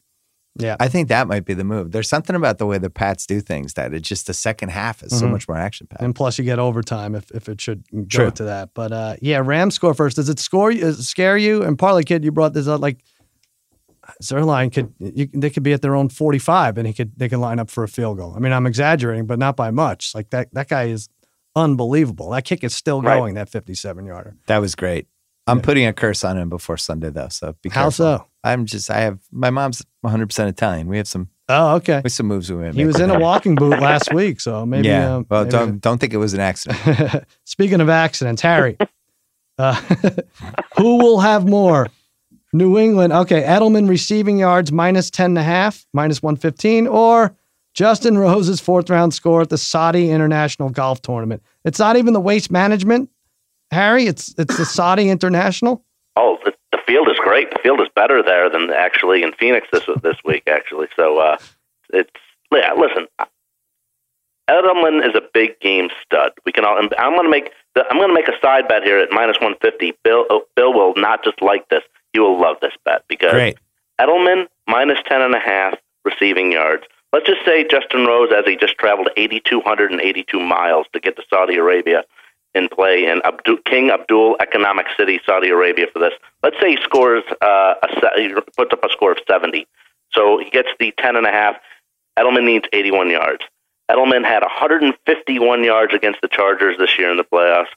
I think that might be the move. There's something about the way the Pats do things that it's just the second half is so
Mhm.
much more action packed.
And plus, you get overtime if, if it should go
True.
to that. But uh, yeah, Rams score first. Does it score? Is it scare you? And Parley Kid, you brought this up. Like Zerline could you, they could be at their own forty five, and he could they can line up for a field goal. I mean, I'm exaggerating, but not by much. Like that that guy is unbelievable. That kick is still
Right.
going. That fifty seven yarder.
That was great. I'm
Yeah.
putting a curse on him before Sunday though, so be
How
careful.
so?
I'm just I have my mom's 100 percent Italian. We have some
Oh, okay.
we have some moves we made.
He was in a walking boot
[LAUGHS]
last week, so maybe.
yeah.
uh,
well,
maybe-
don't don't think it was
[LAUGHS]
an accident.
Speaking of accidents, Harry, [LAUGHS] uh, who will have more? New England. Okay. Edelman receiving yards minus 10 and a half, minus 115, or Justin Rose's fourth round score at the Saudi International Golf Tournament. It's not even the waste management, Harry. It's it's the Saudi International.
Oh, the, the field is great. The field is better there than actually in Phoenix this this week. Actually, so uh, it's yeah. Listen, Edelman is a big game stud. We can all. and I'm going to make the, I'm going to make a side bet here at minus one fifty. Bill oh, Bill will not just like this. He will love this bet because
Great.
Edelman minus ten and a half receiving yards. Let's just say Justin Rose, as he just traveled 8,282 miles to get to Saudi Arabia and play in Abdu- King Abdul Economic City, Saudi Arabia for this. Let's say he scores, uh, a se- he puts up a score of 70. So he gets the 10.5. Edelman needs 81 yards. Edelman had 151 yards against the Chargers this year in the playoffs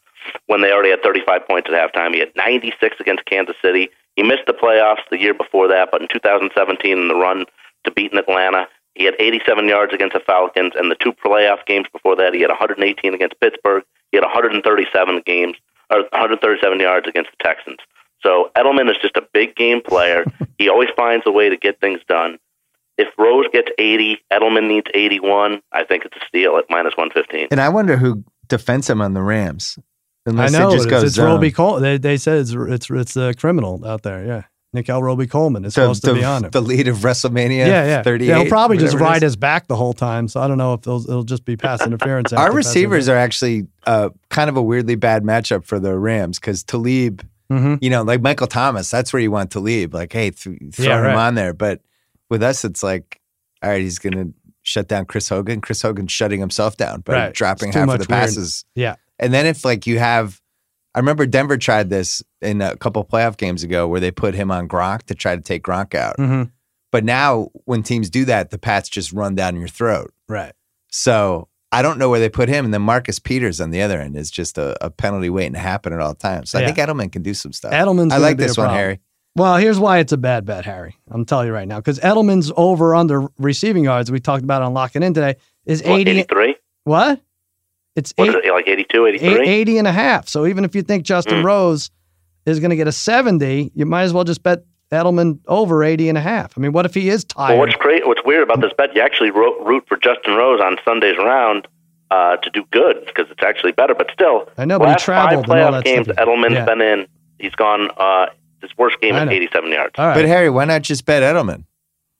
when they already had 35 points at halftime. He had 96 against Kansas City. He missed the playoffs the year before that, but in 2017, in the run to beating Atlanta, he had 87 yards against the Falcons. And the two playoff games before that, he had 118 against Pittsburgh. He had 137 games or 137 yards against the Texans. So Edelman is just a big game
[LAUGHS]
player. he always finds a way to get things done. If Rose gets 80, Edelman needs 81. I think it's a steal at minus 115.
And I wonder who defends him on the Rams. Unless
I know
it just
it
goes
is. It's
zone.
Roby Coleman. They, they said it's it's it's a criminal out there. Yeah, Nickel Roby Coleman is
So
supposed
the,
to be on it.
the lead of WrestleMania
yeah, yeah.
38.
They'll probably just
whatever it
ride
is.
his back the whole time. So I don't know if they'll, it'll just be pass interference.
Our receivers are actually uh, kind of a weirdly bad matchup for the Rams because Talib
hmm
you know, like Michael Thomas, that's where you want to leave. Like, hey, th- throw
Yeah, right.
him on there. But with us, it's like, all right, he's going to shut down Chris Hogan. Chris Hogan's shutting himself down by
Right.
dropping
It's too
half of
much
the
weird.
passes.
Yeah.
And then if like you have, I remember Denver tried this in a couple playoff games ago where they put him on Gronk to try to take Gronk out.
hmm
But now when teams do that, the Pats just run down your throat.
Right.
So I don't know where they put him. And then Marcus Peters on the other end is just a, a penalty waiting to happen at all times. So
Yeah.
I think Edelman can do some stuff.
Edelman's.
I
gonna
like
be a
this one,
problem.
Harry.
Well, here's why it's a bad bet, Harry. I'm telling you right now because Edelman's over under receiving yards. We talked about on locking in today is
What,
80.
83?
What? It's
What is
eight-
it, like 82, 83?
eight- 80 and a half. So even if you think Justin
Mm.
Rose is going to get a 70, you might as well just bet Edelman over 80 and a half. I mean, what if he is tired?
Well, what's great, what's weird about this bet, you actually wrote, root for Justin Rose on Sunday's round uh, to do good because it's actually better. But still,
I know, but he
last
traveled
five
and all
playoff
that
games,
stuff.
Edelman's
Yeah.
been in. He's gone. Uh, his worst game
I
is
know. Uh,
87 yards.
All right.
But Harry, why not just bet Edelman?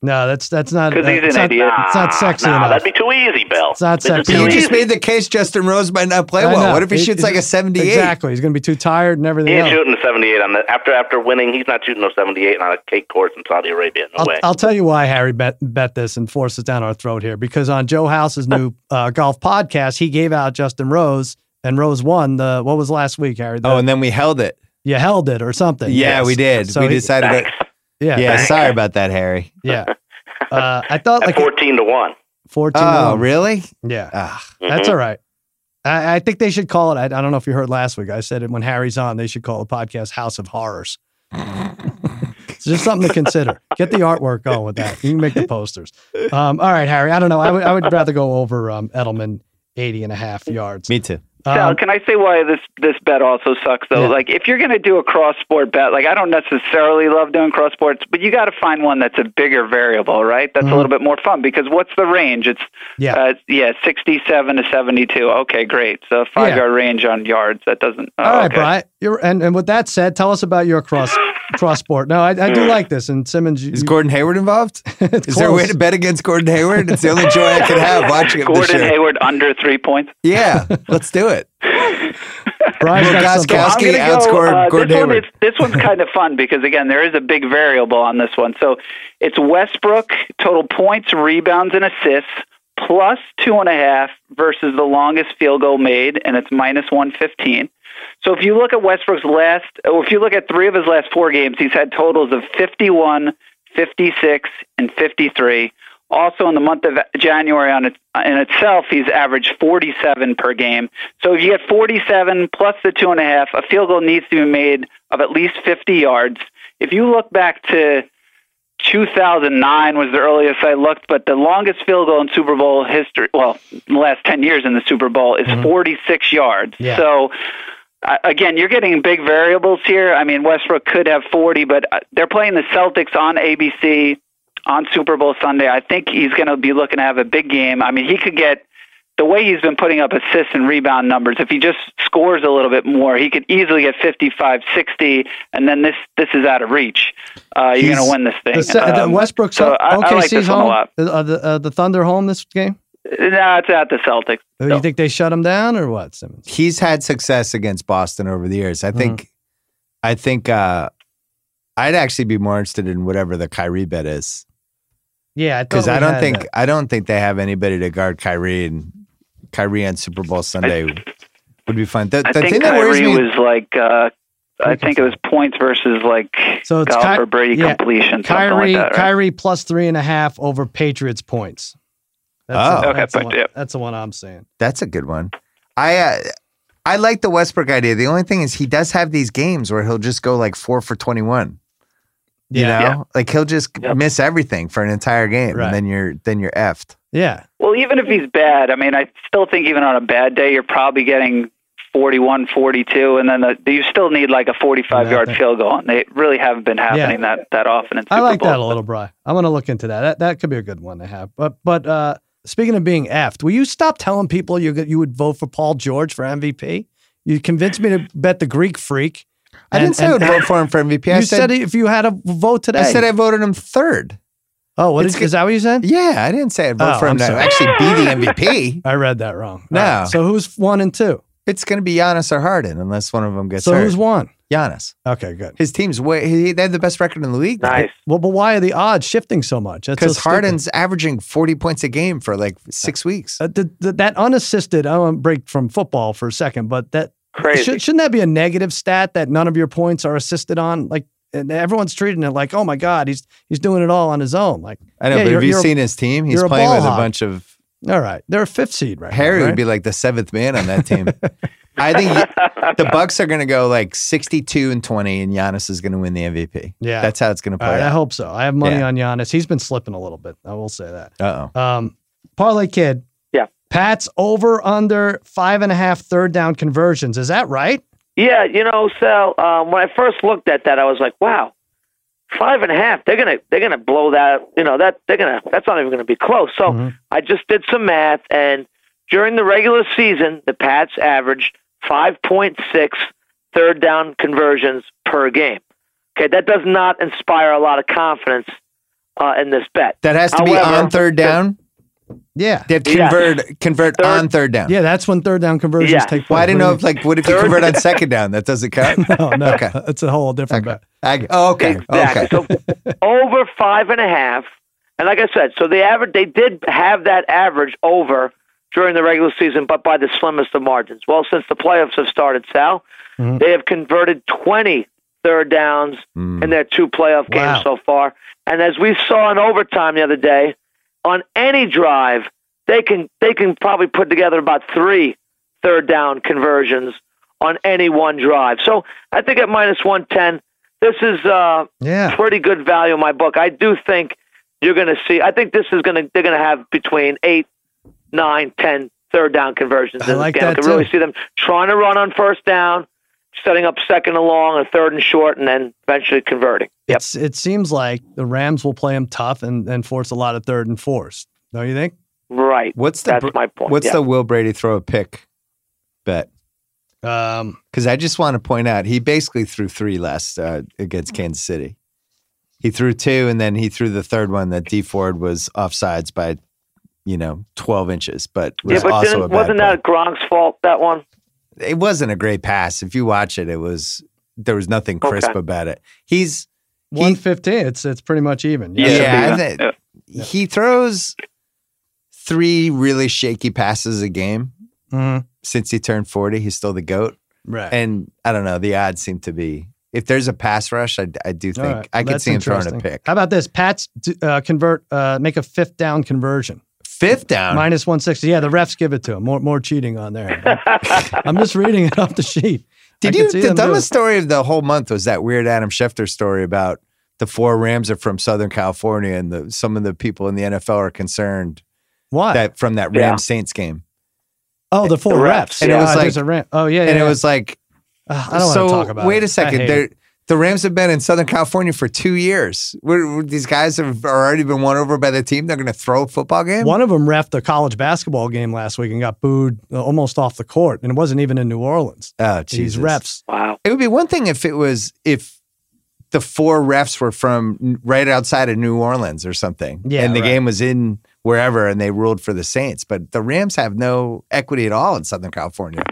no, that's that's not.
Because
uh,
he's
it's
an
not-
idiot.
It's not sexy
nah,
enough.
that'd be too easy, Bill.
It's not
This is
sexy.
too
You
You
easy.
just made the case Justin Rose might not play
I know.
well. What if he
It-
shoots
it-
like a 78?
Exactly. He's going to be too tired and everything
He ain't
else.
shooting a 78 on that. After after winning, he's not shooting no 78 on a cake course in Saudi Arabia. No
I'll,
way.
I'll tell you why Harry bet, bet this and forced it down our throat here because on Joe House's new uh, golf podcast, he gave out Justin Rose and Rose won the what was last week, Harry? The,
Oh, and then we held it.
you held it or something.
Yeah,
Yes.
we did.
So
we
he-
decided.
Thanks.
That,
Yeah,
yeah, sorry about that, Harry.
yeah. Uh, I thought
At
like
14 to 1.
fourteen.
Oh,
one.
really?
Yeah,
Ah,
that's
[LAUGHS]
all right. I, I think they should call it. I, I don't know if you heard last week. I said it when Harry's on. They should call the podcast "House of
[LAUGHS]
Horrors." it's just something to consider. Get the artwork going with that. You can make the posters. Um, all right, Harry. I don't know. I would I would rather go over um, Edelman 80 and a half yards.
me too.
Sal,
Um,
can I say why this this bet also sucks though?
Yeah.
Like if you're going to do a cross sport bet, like I don't necessarily love doing cross sports, but you got to find one that's a bigger variable, right? That's
Mhm.
a little bit more fun because what's the range? It's
Yeah.
uh, yeah, 67 to 72. Okay, great. So 5
Yeah.
yard range on yards. That doesn't oh,
all right,
okay.
Brian. You're, and and with that said, tell us about your cross cross sport. No, I, I do like this. And Simmons, you,
Is Gordon Hayward
[LAUGHS]
involved?
it's
Is there a way
close.
to bet against Gordon Hayward? It's the only joy I
[LAUGHS]
can have watching him this
Gordon
year.
Hayward under 3 points.
Yeah, let's do it.
Brian's got
Well, guys,
something.
guys,
I'm gonna
Kowalski outscored
uh,
Gordon
this one
Hayward.
is- this one's kind of fun because again, there is a big variable on this one. So it's Westbrook total points, rebounds, and assists plus two and a half versus the longest field goal made, and it's minus one fifteen. So if you look at Westbrook's last, or if you look at three of his last four games, he's had totals of 51, 56, and 53. Also, in the month of January on it, in itself, he's averaged 47 per game. So if you get 47 plus the two and a half, a field goal needs to be made of at least 50 yards. If you look back to 2009 was the earliest I looked, but the longest field goal in Super Bowl history, well, in the last 10 years in the Super Bowl, is 46 yards.
Mm-hmm. Yeah.
So, uh, again, you're getting big variables here. I mean, Westbrook could have 40, but uh, they're playing the Celtics on ABC on Super Bowl Sunday. I think he's going to be looking to have a big game. I mean, he could get the way he's been putting up assists and rebound numbers, if he just scores a little bit more, he could easily get 55, 60, and then this this is out of reach. Uh, you're
He's-
going to win this thing.
The, se- the
Um,
Westbrook's
so
home-
I- I like
OKC's
this one a
home.
lot.
Are the uh, the Thunder home this game?
no, it's at the Celtics.
Do
No.
Oh, You think they shut him down or what, Simmons?
He's had success against Boston over the years.
Hmm.
I think, I think, uh, I'd actually be more interested in whatever the Kyrie bet is
Oh, Yeah,
because I don't think I don't think they have anybody to guard Kyrie and Kyrie on Super Bowl Sunday would be fun. The,
I
the
think
thing that worries
Kyrie
me,
was like, uh, I think it was points versus like
So it's
golf
Ky-
or Brady
yeah.
completion, something
Kyrie
like that. Right?
Kyrie plus three and a half over Patriots points.
Oh.
the-
Okay,
that's, the
but,
one,
yeah.
that's the one I'm saying.
that's a good one. I uh, I like the Westbrook idea. The only thing is he does have these games where he'll just go like four for twenty one. You
Yeah,
know, like he'll just miss everything for an entire game,
Right.
and then you're then you're effed.
yeah,
Well, even if he's bad, I mean, I still think even on a bad day, you're probably getting 41, 42, and then the, you still need like a 45 yard
Nothing.
field goal. And they really haven't been happening that, that often in Super
I like
Bowl.
that a little, Bry. I'm gonna look into that. That that could be a good one to have. But but uh, speaking of being effed, will you stop telling people you you would vote for Paul George for MVP? You convinced me to bet the Greek freak.
I
And-
didn't say I would
and-
vote for him for MVP. I
you
said,
said, if you had a vote today.
I said I voted him third.
oh, what
it's
is, is that what you said?
Yeah, I didn't say I'd vote
Oh,
for him
I'm
to
sorry.
actually be
[LAUGHS]
the MVP.
I read that wrong.
No.
All right, So who's one and two?
It's going to be Giannis or Harden unless one of them gets
so
hurt.
who's one?
Giannis.
Okay, good.
His team's way. He, they have the best record in the league.
Nice.
Well, but why are the odds shifting so much? That's so
Because
stupid.
Harden's averaging forty points a game for like six weeks.
Uh, th- th- that unassisted. I want to break from football for a second, but that
Mm-hmm.
Crazy.
should, shouldn't that be a negative stat that none of your points are assisted on? Like, and everyone's treating it like, oh my god, he's he's doing it all on his own. Like,
I know,
yeah,
but
you're-
have you
you're-
seen his team? He's
you're a
playing
ball
with
hog.
a bunch of
all right, they're a fifth seed right
Harry
now.
would be like the seventh man on
[LAUGHS]
that team. I think the Bucks are going to go like sixty-two and twenty, and Giannis is going to win the MVP.
Yeah. Uh,
that's how it's going to
All
play.
right, I
out.
hope so. I have money
Yeah.
on Giannis. He's been slipping a little bit. I will say that.
Uh oh.
Um, Parlay Kid.
Yeah.
Pat's over under five and a half third down conversions. Is that right?
Yeah, you know, Sal. Um, when I first looked at that, I was like, "Wow, five and a half. They're gonna they're gonna blow that. You know that they're gonna that's not even gonna be close." So
Mhm.
I just did some math, and During the regular season, the Pats averaged 5.6 third down conversions per game. Okay, that does not inspire a lot of confidence uh, in this bet.
That has to be
However,
on third down.
Yeah.
They have to
Yeah.
convert convert
Third-
on third down.
Yeah, that's when third down conversions
Yeah.
take place.
Well, I didn't know if like what if you
Third-
convert on second down? That doesn't
[LAUGHS]
count.
no,
[LAUGHS]
no.
Okay.
That's a whole different
Okay.
bet.
I, oh, okay.
Exactly.
Okay. [LAUGHS]
So over five and a half, and like I said, so the average they did have that average over during the regular season, but by the slimmest of margins. Well, since the playoffs have started, Sal,
Mm-hmm.
Mhm.
they have converted 20 third downs
Mm.
in their two playoff
Wow.
games so far. And as we saw in overtime the other day, on any drive, they can they can probably put together about three third down conversions on any one drive. So I think at minus one ten, this is uh,
Yeah.
pretty good value in my book. I do think you're going to see. I think this is going to they're going to have between eight, nine, ten third down conversions.
I
in this
like
game. I
that
can
too.
really see them trying to run on first down, setting up second and long and third and short, and then eventually converting. Yep.
It's, it seems like the Rams will play them tough and, and force a lot of third and fours. Don't you think?
Right.
What's the
That's
br-
my point.
what's
yeah.
the Will Brady throw a pick bet?
Um,
Because I just want to point out he basically threw three last uh, against Kansas City. He threw two, and then he threw the third one that D Ford was offsides by, you know, twelve inches. But was
yeah, but
also a
didn't,
bad
wasn't
play.
that Gronk's fault? That one.
it wasn't a great pass. If you watch it, it was there was nothing crisp
Okay.
about it. He's
115. It's it's pretty much even.
yeah,
Yeah.
I thi-
Yeah.
he throws three really shaky passes a game
Mhm.
since he turned forty. He's still the goat,
Right.
and I don't know. The odds seem to be if there's a pass rush, I, I do
All
think
right.
I could
That's
see him throwing a
interesting.
pick.
How about this? Pats d- uh, convert, uh, make a fifth down conversion,
Fifth down.
minus 160. Yeah, the refs give it to him. More, more cheating on
[LAUGHS]
there. I'm just reading it off the sheet. I
Did
can
you?
see
The
them do it.
dumbest story of the whole month was that weird Adam Schefter story about the four Rams are from Southern California, and the, some of the people in the NFL are concerned
Why?
that from that
Yeah.
Rams Saints game.
oh, the four
the refs.
refs.
And it
Yeah,
was
there's
like-
a ram- oh, yeah.
and
yeah.
it was like,
Ugh, Ah, I don't
so
want to talk about
wait
it.
a
I
second,
hate
they're-
it.
the Rams have been in Southern California for two years. We're, we're- these guys have are already been won over by the team. They're going to throw a football game.
One of them refed a college basketball game last week and got booed uh, almost off the court, and it wasn't even in New Orleans.
Oh,
These
Jesus.
refs.
Wow.
It would be one thing if it was if the four refs were from n- right outside of New Orleans or something,
Yeah,
and the
right.
game was in wherever, and they ruled for the Saints. But the Rams have no equity at all in Southern California.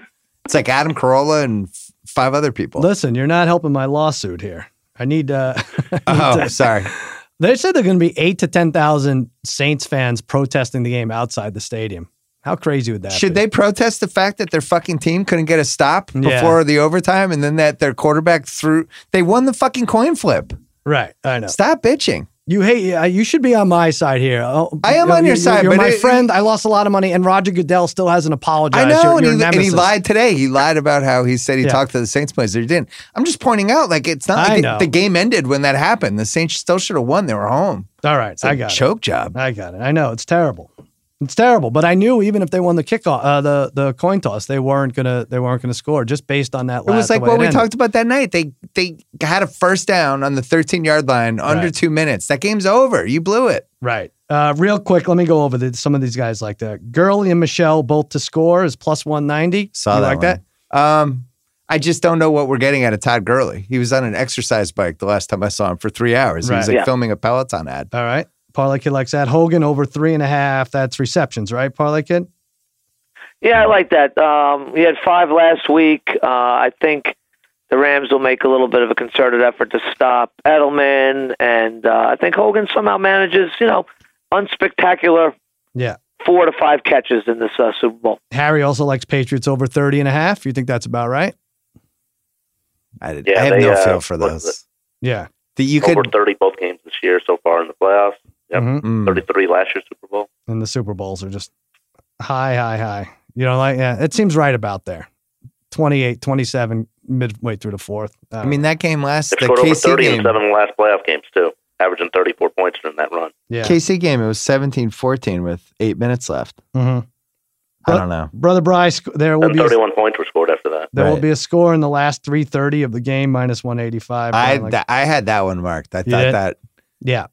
It's like Adam Carolla and f- five other people.
Listen, you're not helping my lawsuit here. [LAUGHS] I need. Uh,
oh, sorry.
they said there're going to be eight to ten thousand Saints fans protesting the game outside the stadium. How crazy would that?
Should
be?
they protest the fact that their fucking team couldn't get a stop
Yeah.
before the overtime and then that their quarterback threw? They won the fucking coin flip.
Right, I know.
Stop bitching.
You hate. Uh, you should be on my side here. Oh,
I am
you-
on your
you-
side,
You're
but
my
it-
friend. I lost a lot of money, and Roger Goodell still hasn't apologized.
I
You're-
know. and,
you're
he,
a
and he
nemesis.
lied today. He lied about how he said he
Yeah.
talked to the Saints players. He didn't. I'm just pointing out, like, it's not
I
like
know.
the, the game ended when that happened. The Saints still should have won. They were home.
All right,
It's a
I got it.
choke job.
I got it. I know it's terrible. It's terrible, but I knew even if they won the kickoff, uh, the the coin toss, they weren't gonna they weren't gonna score just based on that.
It was
last-
like
the way
what we
ended.
talked about that night. They they had a first down on the 13 yard line under
Right.
two minutes. That game's over. You blew it.
Right. Uh, real quick, let me go over the, some of these guys like that. Gurley and Michelle both to score is plus one ninety.
Saw
you
that
like
one.
that?
Um, I just don't know what we're getting out of Todd Gurley. He was on an exercise bike the last time I saw him for three hours. He was
Right.
like
Yeah.
filming a Peloton ad.
All right. Parlay kid likes that. Hogan over three and a half. That's receptions, right? Parlay kid.
Yeah, I like that. Um, he had five last week. Uh, I think the Rams will make a little bit of a concerted effort to stop Edelman, and uh, I think Hogan somehow manages, you know, unspectacular
Yeah.
four to five catches in this uh, Super Bowl.
Harry also likes Patriots over 30 and a half. You think that's about right?
I, did,
Yeah,
I have
they,
no
uh,
feel for
what
those.
is
Yeah.
That you
over
could.
30 both games this year so far in the playoffs. Yep.
Mhm.
Mm.
33 last year's Super Bowl.
And the Super Bowls are just high, high, high. You know, like, yeah, it seems right about there. 28, 27, midway through the fourth.
I mean, that game last,
They
the
scored over
KC
30
game,
in seven of the last playoff games, too, averaging 34 points during that run.
yeah.
KC game, it was 17 14 with eight minutes left.
Mhm.
I
But-
don't know.
Brother Bryce, there will
And
be a,
31 points were scored after that.
there will
Right.
be a score in the last 330 of the game, minus 185.
I,
Brian, like-
that- I had that one marked. I thought
did?
that
yeah.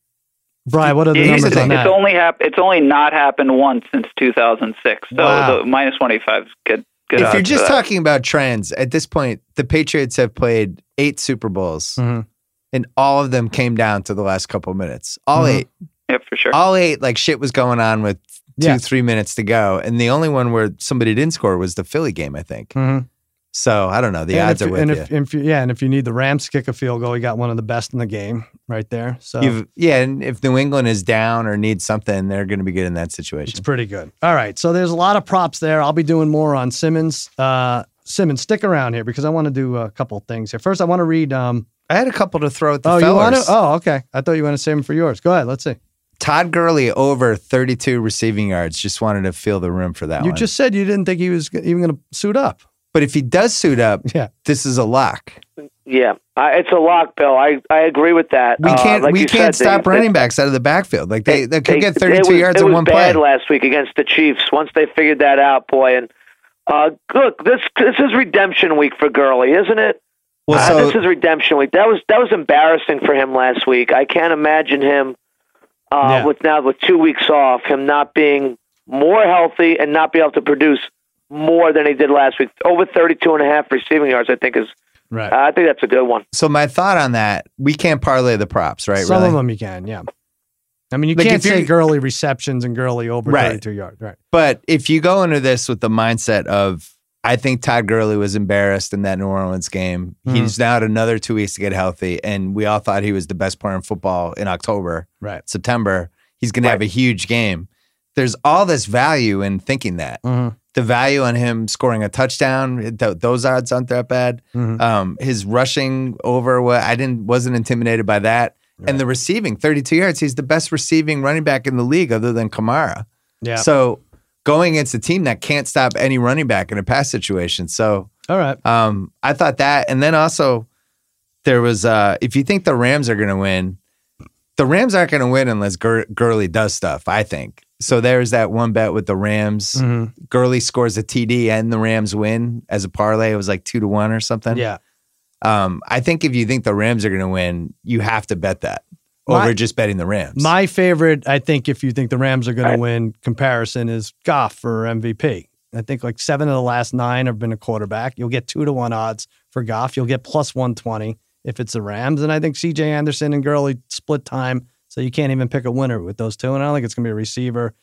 Brian, what are the
It-
Here's the
numbers on
thing.
that?
It's only hap- It's only not happened once since 2006. So
Wow.
the minus 25 is good. good
if
odds
you're
for
just
that.
talking about trends, at this point, the Patriots have played eight Super Bowls,
Mhm.
and all of them came down to the last couple minutes. All
Mhm.
eight,
Yep, for [LAUGHS] sure.
all eight, like shit was going on with two,
Yeah.
three minutes to go, and the only one where somebody didn't score was the Philly game, I think.
Mhm.
So I don't know. Mm-hmm. The
and
odds
if,
are with
and
you.
if, if you- yeah, and if you need the Rams to kick a field goal, you got one of the best in the game right there. So
You've, yeah, and if New England is down or needs something, they're going to be good in that
It's
situation.
pretty good. All right. So there's a lot of props there. I'll be doing more on Simmons. Uh, Simmons, stick around here because I want to do a couple things here. First, I want to read. Um,
I had a couple to throw at the
oh, you want to?
fellas.
Oh, okay. I thought you want to save them for yours. Go ahead. Let's see.
Todd Gurley over 32 receiving yards. Just wanted to feel the room for that
you
one.
just said you didn't think he was g- even going to suit up.
but if he does suit up,
Yeah.
this is a lock.
Yeah, I, it's a lock, Bill. I, I agree with that.
We
Uh,
can't
like
we
you
can't
said,
stop
they-
running backs out of the backfield. Like they, they, could
they-
get
it
32
was-
yards
it
in
was
one play.
bad last week against the Chiefs. Once they figured that out, boy, and uh, look, this this is redemption week for Gurley, isn't it?
Well,
Uh,
so-
this is redemption week. That was that was embarrassing for him last week. I can't imagine him uh,
Yeah.
with now with two weeks off, him not being more healthy and not be able to produce more than he did last week. Over 32 and a half receiving yards, I think is.
Right.
I think that's a good one.
so my thought on that, we can't parlay the props, right?
Some
really?
of them you can. Yeah. I mean, you
Like,
can't
if you're-
say girly receptions and girly over
Right.
32 yards. Right.
But if you go into this with the mindset of I think Todd Gurley was embarrassed in that New Orleans game.
Mhm.
He's now had another two weeks to get healthy, and we all thought he was the best player in football in October,
Right.
September. He's going to have a huge game. There's all this value in thinking that.
Mm-hmm.
The value on him scoring a touchdown, th- those odds aren't that bad.
Mm-hmm.
Um, his rushing over, what I didn't wasn't intimidated by that.
Right.
And the receiving, 32 yards. He's the best receiving running back in the league, other than Kamara.
Yeah.
So going against a team that can't stop any running back in a pass situation. So
All right.
um, I thought that, and then also there was uh, if you think the Rams are going to win, the Rams aren't going to win unless Gur- Gurley does stuff. I think. So there's that one bet with the Rams.
Mhm.
Gurley scores a TD and the Rams win as a parlay. It was like two to one or something.
Yeah.
Um, I think if you think the Rams are going to win, you have to bet that
My-
over just betting the Rams.
My favorite, I think, if you think the Rams are going to win, comparison is Goff for MVP. I think like seven of the last nine have been a quarterback. You'll get two to one odds for Goff. You'll get plus 120 if it's the Rams. And I think CJ Anderson and Gurley split time. So you can't even pick a winner with those two. And I don't think it's going to be a receiver.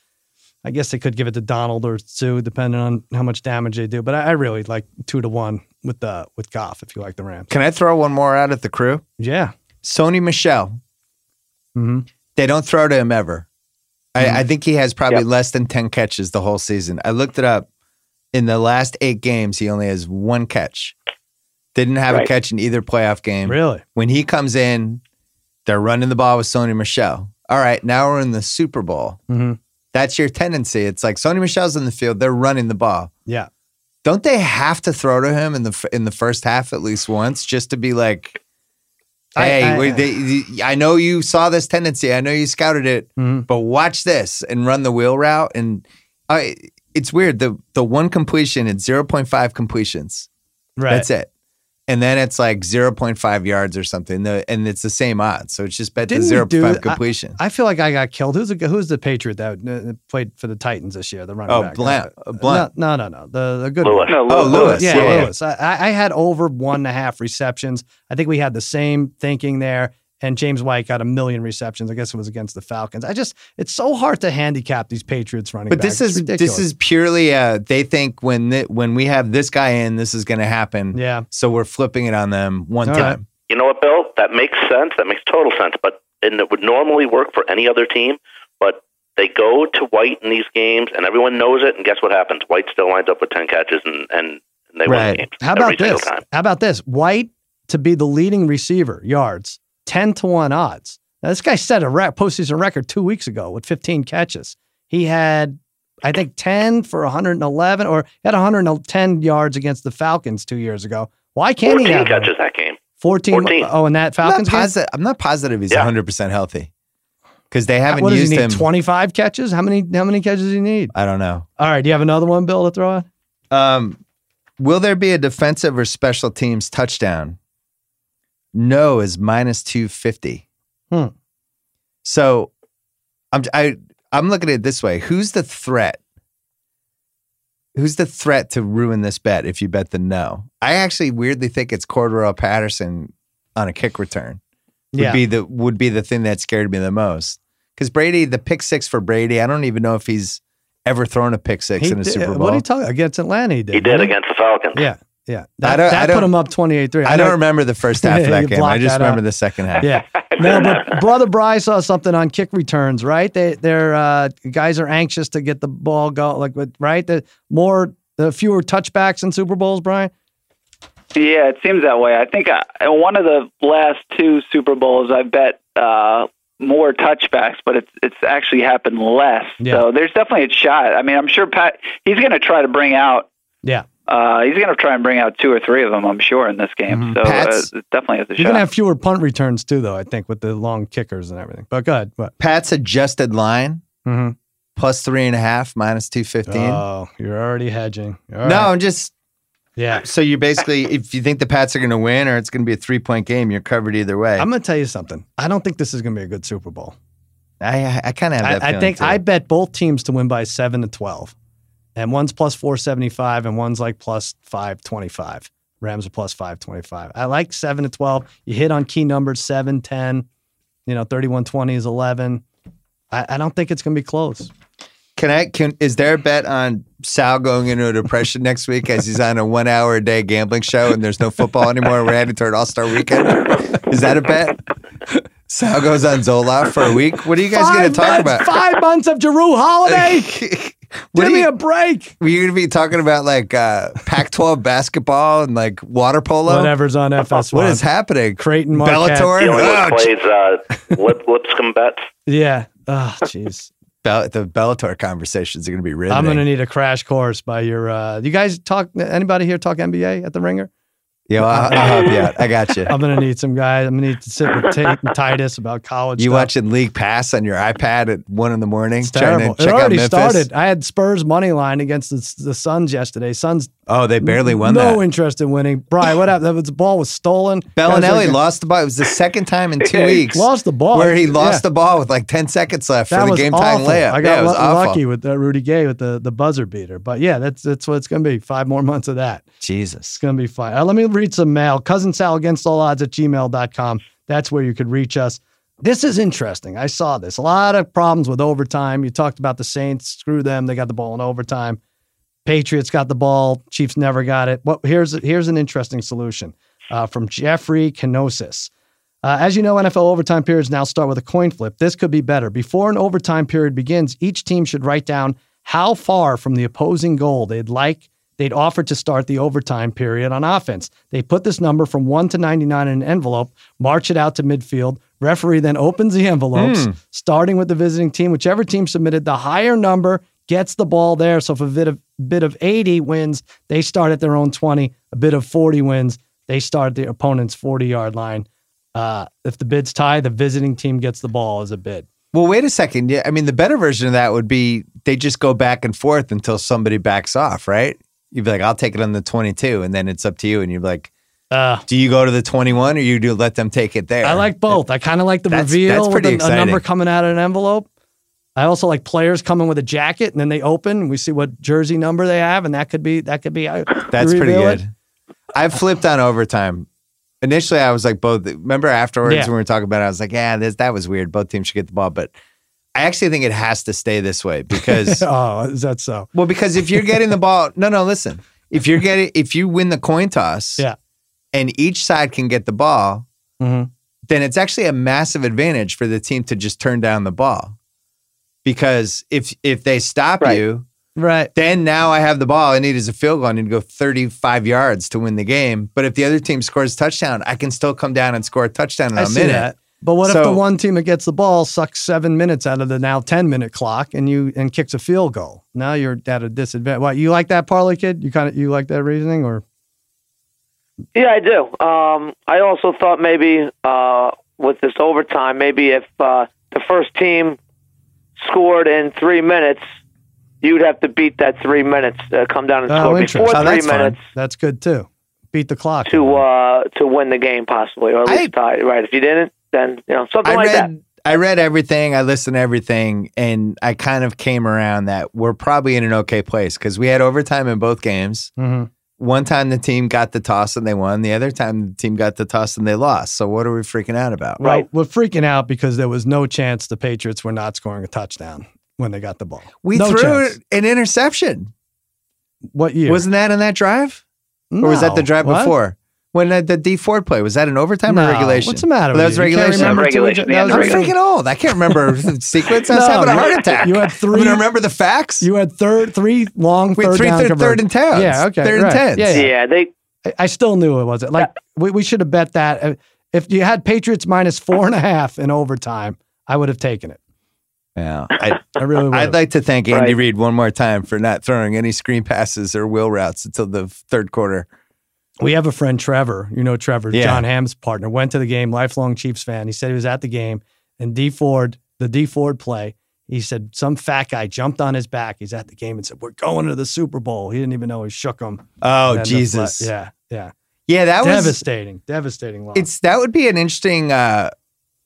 I guess they could give it to Donald or Sue, depending on how much damage they do. But I, I really like two to one with the with Goff if you like the Rams.
Can I throw one more out at the crew?
Yeah.
Sony Michelle.
hmm
They don't throw to him ever.
Mhm.
I, I think he has probably less than 10 catches the whole season. I looked it up. In the last eight games, he only has one catch. Didn't have a
Right.
catch in either playoff game.
Really?
When he comes in, they're running the ball with Sony Michelle. All right, now we're in the Super Bowl.
Mhm.
That's your tendency. It's like Sony Michelle's in the field, they're running the ball.
Yeah.
Don't they have to throw to him in the f- in the first half at least once just to be like,
I-
hey,
I-
we- they- I know you saw this tendency. I know you scouted it
hmm
but watch this and run the wheel route and I it's weird the the one completion it's 0.5 completions
Right.
that's it and then it's like 0.5 yards or something the, and it's the same odds so it's just bet to
Didn't we
0.5
do- I-
completion
I feel like I got killed. Who's the who's the Patriot that uh, played for the Titans this year? The running
Oh,
back.
Blount.
Uh,
Blount.
No, no, no. no. The the good
Lewis.
one.
No,
oh
Lewis.
lewis
Yeah,
yeah, yeah.
Lewis. I, I had over one and a half receptions. I think we had the same thinking there. And James White got a million receptions. I guess it was against the Falcons. I just it's so hard to handicap these Patriots running.
but
backs.
this is
It's
this is purely uh they think when thi- when we have this guy in this is going to happen
ridiculous. yeah.
so we're flipping it on them one
All right.
time
You know what, Bill? That makes sense. That makes total sense. But and it would normally work for any other team, but they go to White in these games, and everyone knows it. And guess what happens? White still lines up with ten catches, and and they
Right.
win games.
How
every
about
single
this?
Time.
How about this? White to be the leading receiver yards, ten to one odds. Now this guy set a re- postseason record two weeks ago with 15 catches. He had, I think, 10 for 111, or he had 110 yards against the Falcons two years ago. Why can't he
Fourteen
have
catches that game.
14?
14.
Oh, and that
I'm not,
Falcons game.
posi- I'm not positive he's
Yeah.
100% healthy because they haven't
What does
used
he need?
him
25 catches? How many? How many catches does he need?
i don't know
All right. Do you have another one, Bill, to throw out?
Um, will there be a defensive or special teams touchdown? No is minus 250.
Hmm.
So I'm I I'm looking at it this way. Who's the threat? Who's the threat to ruin this bet if you bet the no? I actually weirdly think it's Cordero Patterson on a kick return. Would
Yeah.
be the would be the thing that scared me the most. Because Brady, the pick six for Brady, I don't even know if he's ever thrown a pick six
He
in a
did-
Super Bowl.
What are you talking Against Atlanta, he did.
He did
wasn't
against the Falcons.
Yeah, yeah. That,
don't-
that
I
put
don't-
him up 28-3.
I don't remember
[LAUGHS]
the first half of
You
that game. I
blocked
just
that out.
remember the second half. [LAUGHS]
Yeah. No, but brother Bry saw something on kick returns, right? They they're uh, guys are anxious to get the ball go like with- right? The more the fewer touchbacks in Super Bowls, Brian.
Yeah, it seems that way. I think I, in one of the last two Super Bowls, I bet uh, more touchbacks, but it's it's actually happened less.
Yeah.
So there's definitely a shot. I mean, I'm sure Pat he's going to try to bring out.
Yeah.
Uh, he's going to try and bring out two or three of them, I'm sure, in this game.
Mhm.
So
Pat's-
uh, it definitely is a
You're
shot.
gonna have fewer punt returns too, though. I think with the long kickers and everything. But go ahead. But
Pat's adjusted line
Mhm.
plus three and a half, minus two fifteen.
oh, you're already hedging. All
no,
right.
I'm just
yeah.
So you basically, if you think the Pats are going to win or it's going to be a three point game, you're covered either way.
I'm
I'm,
gonna tell you something. I don't think this is gonna be a good Super Bowl.
I I kind of have that.
I, I
feeling,
think
too.
I bet both teams to win by seven to twelve, and one's plus four seventy five, and one's like plus five twenty five. Rams are plus five twenty five. I like seven to twelve. You hit on key numbers seven, 10, you know, thirty one twenty is eleven. I, I don't think it's going to be close.
Can I? Can is there a bet on Sal going into a depression next week as he's on a one hour a day gambling show and there's no football anymore? We're headed toward All Star Weekend. Is that a bet? Sal goes on Zola for a week. What are you guys going to talk
months,
about?
five months of Jeru Holiday.
[LAUGHS] What
Give
are
me
you-
a break.
were you going to be talking about like uh, Pac-12 basketball and like water polo?
Whatever's on FS1.
Uh, What is happening?
Creighton Marquette.
Bellator.
You know, he
Oh,
plays
[LAUGHS]
uh, Lip, Lipscomb bets.
Yeah. Oh, jeez.
Bell, the Bellator conversations are going to be riveting.
I'm going to need a crash course by your. Uh, you guys talk? Anybody here talk NBA at the Ringer?
yeah, well, I'll, I'll help you out. I got you.
[LAUGHS] I'm gonna need some guys. I'm gonna need to sit with Tate and Titus about college.
You
stuff.
watching League Pass on your iPad at one in the morning?
It's
trying
terrible.
to check
it
out
already
Memphis?
started. I had Spurs money line against the, the Suns yesterday. Suns
Oh, they barely won
no
that.
interest in winning. Brian, what happened? That was- The ball was stolen. Guys are-
Bellinelli lost the ball. It was the second
[LAUGHS]
time in two weeks
lost the ball
where he lost
Yeah.
the ball with like ten seconds left
That
for the
was
game time
awful.
layup.
I
yeah,
got
it was
lu-
awful.
lucky with uh, Rudy Gay with the, the buzzer beater. But yeah, that's that's what it's gonna be. Five more months of that.
Jesus.
It's going to be fine. Uh, let me read some mail. Cousin Sal against all odds at gmail.com. That's where you could reach us. This is interesting. I saw this. A lot of problems with overtime. You talked about the Saints. Screw them. They got the ball in overtime. Patriots got the ball. Chiefs never got it. What here's here's an interesting solution uh, from Jeffrey Kenosis. Uh, as you know, NFL overtime periods now start with a coin flip. This could be better. Before an overtime period begins, each team should write down how far from the opposing goal they'd like they'd offer to start the overtime period on offense. They put this number from 1 to 99 in an envelope, march it out to midfield. Referee then opens the envelopes, starting with the visiting team. Whichever team submitted the higher number gets the ball there. So if a bit of, bit of 80 wins, they start at their own 20. A bit of 40 wins, they start at the opponent's 40 yard line. Uh, if the bid's tie, the visiting team gets the ball as a bid.
Well, wait a second. Yeah, I mean, the better version of that would be they just go back and forth until somebody backs off, right? You'd be like, "I'll take it on the 22," and then it's up to you. And you're like,
Uh,
"Do you go to the 21, or you do let them take it there?"
I like both. I kind of like the
That's-
reveal
that's
with
pretty
a, a number
exciting.
coming out of an envelope. I also like players coming with a jacket and then they open and we see what jersey number they have and that could be that could be uh,
That's
you
pretty
reveal it.
good. I've flipped on overtime. Initially, I was like both. Remember afterwards
Yeah.
when we were talking about it, I was like, "Yeah, this, that was weird. Both teams should get the ball." But I actually think it has to stay this
[LAUGHS]
way because,
Oh, is that so?
well, because if you're getting the ball, no, no, listen. If you're getting, if you win the coin toss,
Yeah.
and each side can get the ball,
Mhm.
then it's actually a massive advantage for the team to just turn down the ball, because if if they stop
Right.
you,
Right.
then now I have the ball. I need is a field goal. I need to go 35 yards to win the game. But if the other team scores a touchdown, I can still come down and score a touchdown in
I
a
see
minute.
that. But what if
So-
the one team that gets the ball sucks seven minutes out of the now ten minute clock and you and kicks a field goal? Now you're at a disadvantage. What you like that parlay kid? You kind of you like that reasoning or
Yeah, I do. Um, I also thought maybe uh, with this overtime, maybe if uh, the first team scored in three minutes, you'd have to beat that three minutes, uh, come down and
Oh,
score
interesting.
before
Oh,
three
that's fun.
minutes
that's good too. Beat the clock.
to uh, to win the game possibly, or at
I-
least tie. it, Right? If you didn't, then you know something
I
like
read I read everything, I listened to everything, and I kind of came around that we're probably in an okay place because we had overtime in both games.
Mhm.
One time the team got the toss and they won. The other time the team got the toss and they lost. So what are we freaking out about?
Well, we're freaking out because there was no chance the Patriots were not scoring a touchdown when they got the ball.
We
No
threw
chance.
an interception.
What year?
Wasn't that on that drive? Or was that the
No.
drive
What?
before? When uh, the D Ford play was that an overtime
No.
or regulation?
What's the matter?
Well, that
with
was
you? You can't
regulation.
remember two
Regulation,
each-
yeah,
that was
I'm
regulation.
freaking old. I can't
[LAUGHS]
remember the sequence. I was
No,
having a
you-
heart attack.
You had
[LAUGHS] I'm
three.
gonna remember the facts.
You had third, three long
we
third
had three
down
third,
convert-
third and tens.
Yeah, okay,
Third
right.
and tens.
Yeah.
Yeah, they
I, I still knew it wasn't. Like we, we should have bet that Uh, if you had Patriots minus four and a half in overtime, I would have taken it. [LAUGHS]
Yeah. I,
I really would.
I'd
have.
like to thank Andy
Right.
Reid one more time for not throwing any screen passes or wheel routes until the third quarter.
we have a friend, Trevor. You know Trevor,
Yeah.
John Hamm's partner, went to the game, lifelong Chiefs fan. He said he was at the game, and D Ford, the D Ford play. He said some fat guy jumped on his back. He's at the game and said, "We're going to the Super Bowl." He didn't even know he shook him.
Oh
And the fla-
Jesus! yeah.
yeah, yeah,
that was
devastating, devastating loss.
it's that would be an interesting uh,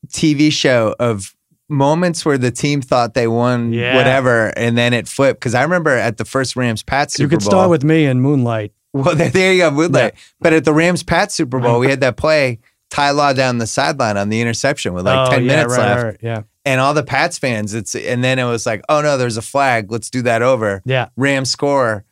TV show of moments where the team thought they won
Yeah.
whatever and then it flipped. Because I remember at the first Rams Pat Super
you could
Bowl.
start with me and Moonlight.
[LAUGHS] Well, there, there you go, bootleg. But at the Rams Pat Super
[LAUGHS]
Bowl, we had that play, Ty Law down the sideline on the interception with like
Oh,
10
yeah,
minutes
right,
left.
right, yeah,
And all the Pats fans, it's and then it was like, oh no, there's a flag. Let's do that over.
yeah.
Rams score.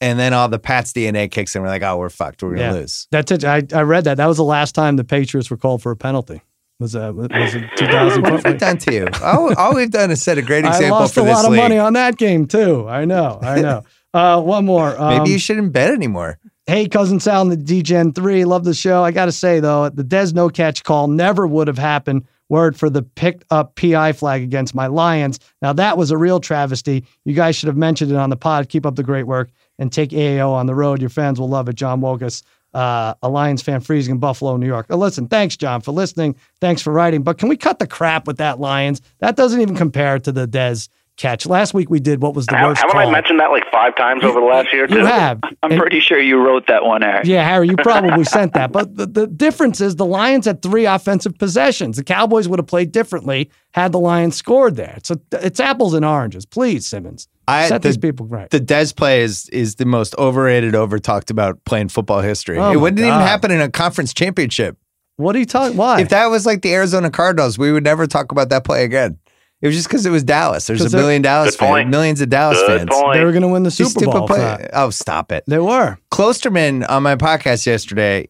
And then all the Pats DNA kicks in. We're like, oh, we're fucked. We're gonna
Yeah.
lose.
That's it. I, I read that. That was the last time the Patriots were called for a penalty. Was uh, was
[LAUGHS]
it
What have we
2000?
done to you? All, all we've done is set a
[LAUGHS]
great
I
example
lost
for
a
this
lot of
league.
money on that game too. I know. I
[LAUGHS]
know. Uh, one more. Um,
Maybe you shouldn't bet anymore.
Hey, cousin Sal and the DGen three. Love the show. I got to say though, the Des no catch call never would have happened. Word for the picked up PI flag against my Lions. Now that was a real travesty. You guys should have mentioned it on the pod. Keep up the great work and take AAO on the road. Your fans will love it. John Wokus, uh, a Lions fan, freezing in Buffalo, New York. Uh, listen, thanks John for listening. Thanks for writing. But can we cut the crap with that Lions? That doesn't even compare to the Des catch. Last week we did what was the
How-
worst
Haven't I
call.
mentioned that like five times over the last year?
you
too?
have.
I'm
And-
pretty sure you wrote that one,
[LAUGHS]
Eric.
yeah, Harry, you probably sent that. But the, the difference is the Lions had three offensive possessions. The Cowboys would have played differently had the Lions scored there. So it's apples and oranges. Please, Simmons,
I
set
the,
these people right.
the Des play is is the most overrated, over talked about play in football history.
Oh
it
my
wouldn't even
God.
happen in a conference championship.
what are you talking? Why?
If that was like the Arizona Cardinals, we would never talk about that play again. It was just because it was Dallas. There's a
'Cause they're-
million Dallas
Good
fans,
point.
millions of Dallas
Good
fans.
they
point.
were going to win the
These
Super Bowl. for that.
Oh, stop it.
They were.
Klosterman on my podcast yesterday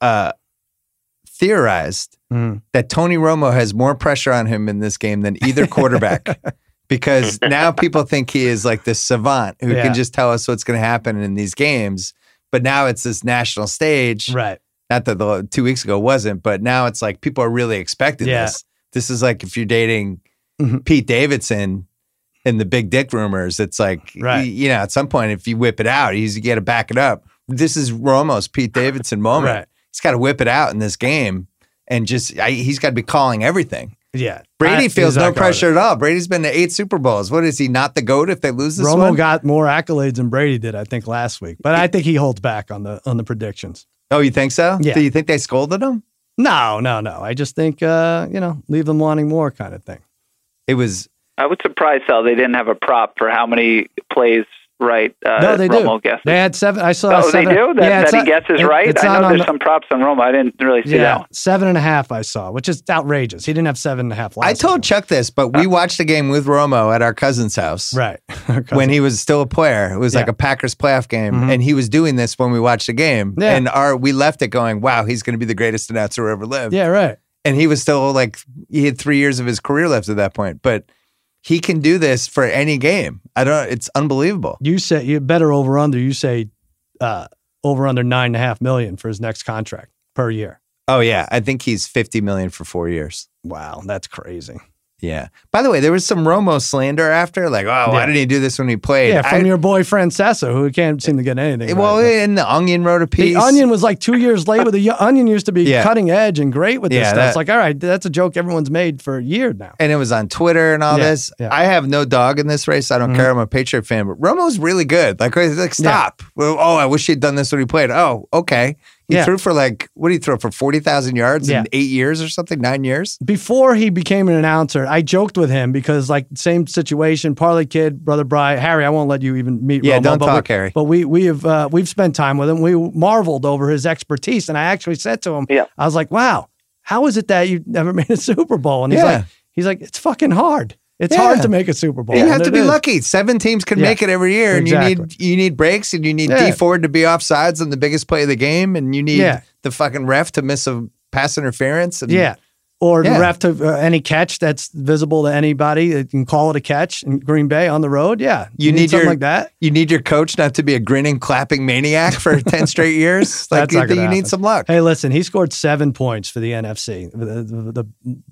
uh, theorized
Mm.
that Tony Romo has more pressure on him in this game than
[LAUGHS]
either quarterback because now people think he is like this savant who
Yeah.
can just tell us what's going to happen in these games. But now it's this national stage.
Right.
Not that the two weeks ago wasn't, but now it's like people are really expecting
Yeah.
this. This is like if you're dating
Mhm.
Pete Davidson and the big dick rumors, it's like,
Right.
y- you know, at some point, if you whip it out, he's, you got to back it up. This is Romo's Pete Davidson moment
Right.
he's got to whip it out in this game and just I, he's got to be calling everything.
Yeah.
Brady
I-
feels no
Zach Arden.
pressure at all. Brady's been to eight Super Bowls. What is he not the goat if they lose this
Romo
one?
got more accolades than Brady did, I think, last week. But I think he holds back on the on the predictions.
oh, you think so?
Yeah.
Do you think they scolded him?
No, no, no. I just think uh, you know, leave them wanting more kind of thing.
It was
I was surprised Sal they didn't have a prop for how many plays right. Uh,
no, they
Romo
do.
guesses.
They had seven. I saw.
oh, they
seven-
do. That,
Yeah, it's
that he
not-
guesses
it-
right.
it's
I
not
know
on
there's
the-
some props on Romo. I didn't really see that. One.
seven and a half I saw, which is outrageous. He didn't have seven and a half last.
I told Chuck this, but we watched the game with Romo at our cousin's house.
time. Uh, right [LAUGHS]
When he was still a player, it was like
Yeah.
a Packers playoff game,
Mhm.
and he was doing this when we watched the game.
Yeah.
And our we left it going, "Wow, he's going to be the greatest announcer who ever lived."
yeah, right.
and he was still like he had three years of his career left at that point. But he can do this for any game. I don't. It's unbelievable.
You say you better over under. You say uh, over under nine and a half million for his next contract per year.
Oh yeah, I think he's fifty million for four years.
Wow, that's crazy.
Yeah. By the way, there was some Romo slander after, like, oh, why
Yeah.
didn't he do this when he played?
yeah, from
I-
your boy Francesa, who can't seem to get anything.
well,
right.
and the Onion wrote
the
a piece.
onion was like two years late. With the y- [LAUGHS] onion used to be
Yeah.
cutting edge and great with this
Yeah,
stuff. it's
that-
like, all right, that's a joke everyone's made for a year now.
and it was on Twitter and all
Yeah,
this.
yeah.
I have no dog in this race. I don't
Mhm.
care. I'm a Patriot fan, but Romo's really good. Like, I was like
Yeah.
stop. Well, oh, I wish he'd done this when he played. Oh, okay. He
Yeah.
threw for like what did he throw for forty thousand yards
Yeah.
in eight years or something, nine years.
before he became an announcer, I joked with him because like same situation, Parley Kid, brother Bry, Harry. I won't let you even meet.
Yeah,
Romo,
don't
but
talk,
we,
Harry.
But we we have uh, we've spent time with him. We marveled over his expertise, and I actually said to him,
Yeah.
I was like, wow, how is it that you never [LAUGHS] made a Super Bowl? And he's
Yeah.
like, he's like, it's fucking hard. It's
Yeah.
hard to make a Super Bowl.
You
And
have to
it
be
is.
lucky. Seven teams can
Yeah,
make it every year, and you need
exactly.
you need breaks, and you need
Yeah.
D Ford to be offsides on the biggest play of the game, and you need
Yeah.
the fucking ref to miss a pass interference. And
Yeah. Or
Yeah.
the ref to uh, any catch that's visible to anybody. They can call it a catch in Green Bay on the road. Yeah.
You need
something
your-
like that.
you need your coach not to be a grinning, clapping maniac
[LAUGHS]
for ten straight years. Like
That's not
you,
gonna
you
happen.
need some luck.
Hey, listen, he scored seven points for the NFC, the, the, the,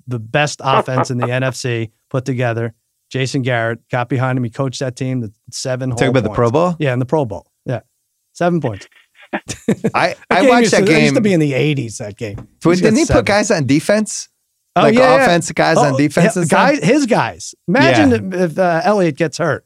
the best offense in
[LAUGHS]
the NFC put together. Jason Garrett got behind him. He coached that team to seven
Talk
whole
about the
points.
Pro Bowl.
Yeah, in the Pro Bowl. Yeah. Seven points.
I,
That
I
game
watched
used to-
that game.
used to be in the 80s, that game.
But didn't he
seven.
put guys on defense?
Oh,
like
yeah, yeah.
offense guys on
Oh,
defense
yeah,
and stuff?
guys, his guys. Imagine if, if uh, Elliott gets hurt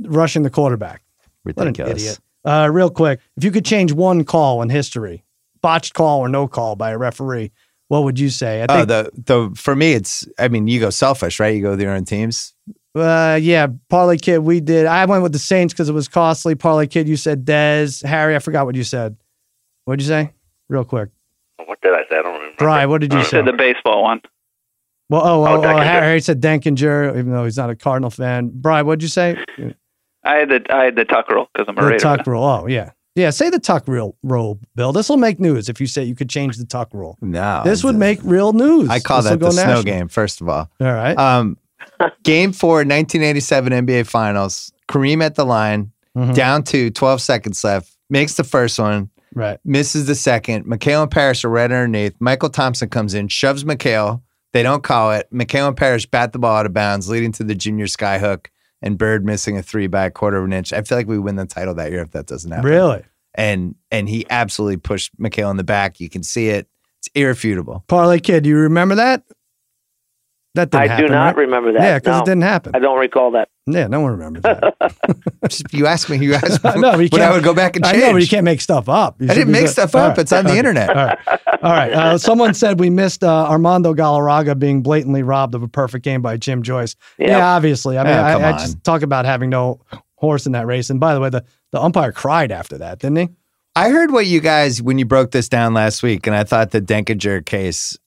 rushing the quarterback. What an idiot. Uh, real quick, if you could change one call in history, botched call or no call by a referee, what would you say? I
Oh,
think,
the the for me, it's I mean, you go selfish, right? You go with your own teams.
uh, yeah, Parlay Kid, we did. I went with the Saints because it was costly. Parlay Kid, you said Dez. Harry, I forgot what you said. What'd you say? Real quick.
What did I say? I don't remember.
Brian, what did you
Uh,
You
say?
said the baseball one.
well, oh,
Oh,
oh, oh,
Denkinger.
Harry said Denkinger, even though he's not a Cardinal fan. Brian, what'd you say?
I had the I had the tuck roll because I'm a
The
Raider.
tuck rule. Oh, yeah. Yeah, say the tuck rule, rule Bill. This will make news if you say you could change the tuck rule.
No,
this would make real news.
Oh, I call
This will
that the
go
snow
national.
game. First of all,
All right.
um, game four, 1987 NBA Finals. Kareem at the line,
Mhm.
down to 12 seconds left, makes the first one,
Right.
misses the second. McHale and Parrish are right underneath. Michael Thompson comes in, shoves McHale. They don't call it. McHale and Parrish bat the ball out of bounds, leading to the junior sky hook and Bird missing a three by a quarter of an inch. I feel like we win the title that year if that doesn't happen.
Really?
And and he absolutely pushed McHale in the back. You can see it. It's irrefutable.
Parlay Kid, do you remember that? That didn't
I
happen.
do not
right?
remember that.
Yeah, because
no,
it didn't happen.
I don't recall that.
Yeah, no one remembers [LAUGHS] that.
You asked
[LAUGHS]
me. You asked me.
No, but you
when I
can't-
would go back and
I
change.
know, but you can't make stuff up. You
I
should
didn't
be
make
good.
stuff
All
up.
right.
It's on the
Okay.
internet.
All right. All right.
[LAUGHS]
Uh, someone said we missed uh, Armando Galarraga being blatantly robbed of a perfect game by Jim Joyce.
Yeah.
Yeah, obviously. I mean,
Oh, come
I, I
on.
just talk about having no horse in that race. And by the way, the, the umpire cried after that, didn't he?
I heard what you guys when you broke this down last week, and I thought the Denkinger case.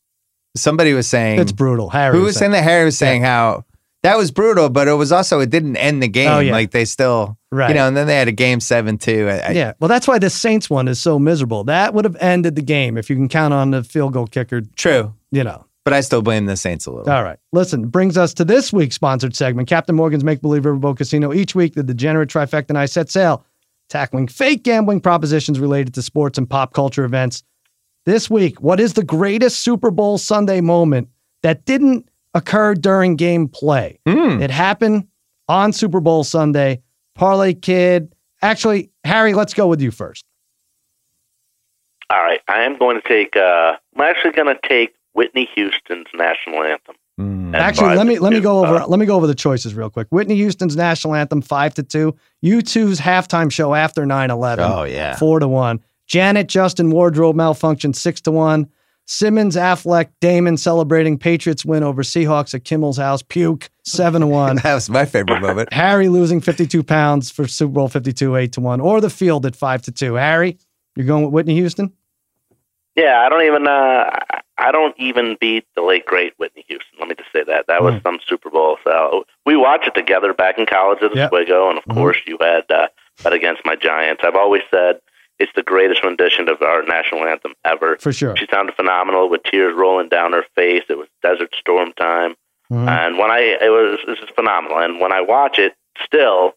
Somebody was saying
It's brutal. Harry.
who was saying that Harry was saying how that was brutal, but it was also it didn't end the game.
Oh, yeah.
Like they still,
Right.
you know, and then they had a game seven two. I, I-
yeah. Well, that's why the Saints one is so miserable. That would have ended the game if you can count on the field goal kicker,
true,
you know.
but I still blame the Saints a little.
All right. Listen, brings us to this week's sponsored segment, Captain Morgan's Make Believe Riverboat Casino. Each week, the degenerate trifecta and I set sail, tackling fake gambling propositions related to sports and pop culture events. This week, what is the greatest Super Bowl Sunday moment that didn't occur during game play?
Hmm.
It happened on Super Bowl Sunday. Parlay Kid. Actually, Harry, let's go with you first.
All right. I am going to take. Uh, I'm actually going to take Whitney Houston's national anthem.
Hmm.
And
Actually,
by
let me
the
let me
two,
go over
uh,
let me go over the choices real quick. Whitney Houston's national anthem, five to two. U2's halftime show after 9-11,
Oh yeah, [LAUGHS]
four to one. Janet Justin wardrobe malfunction, six to one. Simmons, Affleck, Damon celebrating Patriots win over Seahawks at Kimmel's house. Puke, seven to
[LAUGHS]
one.
that was my favorite
[LAUGHS]
moment.
Harry losing 52 pounds for Super Bowl 52, eight to one. Or the field at five to two. Harry, you're going with Whitney Houston?
Yeah, I don't even. Uh, I- I don't even beat the late great Whitney Houston. Let me just say that that
Hmm.
was some Super Bowl. So we watched it together back in college at
Yeah. Mm-hmm.
Oswego, and of course you had uh, bet against my Giants. I've always said it's the greatest rendition of our national anthem ever.
For sure.
She sounded phenomenal with tears rolling down her face. It was Desert Storm time.
Mhm.
And when I it was this is phenomenal. And when I watch it still,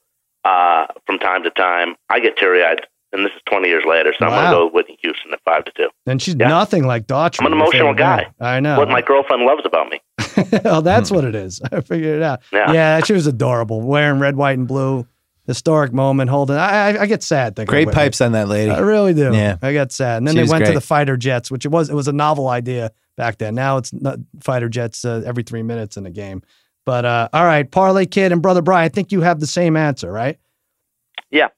uh, from time to time, I get teary eyed. And this is twenty years later, so I'm
Wow.
gonna go with Whitney Houston at five to two.
And she's
Yeah.
nothing like Daughtry.
I'm an
your
emotional
favorite
guy. Hmm.
band. I know.
What my girlfriend loves about me.
[LAUGHS] oh, that's what it is. I figured it out.
Yeah.
yeah, she was adorable, wearing red, white, and blue. Historic moment. Holding. I, I, I get sad thinking.
Great
of Whitney.
pipes on
[LAUGHS]
that lady. Oh,
I really do.
Yeah.
I got sad. And then
She
they
was
went to
great.
the fighter jets, which it was it was a novel idea back then. Now it's not fighter jets uh, every three minutes in a game. But uh, all right, Parlay Kid and Brother Bry, I think you have the same answer, right?
Yeah.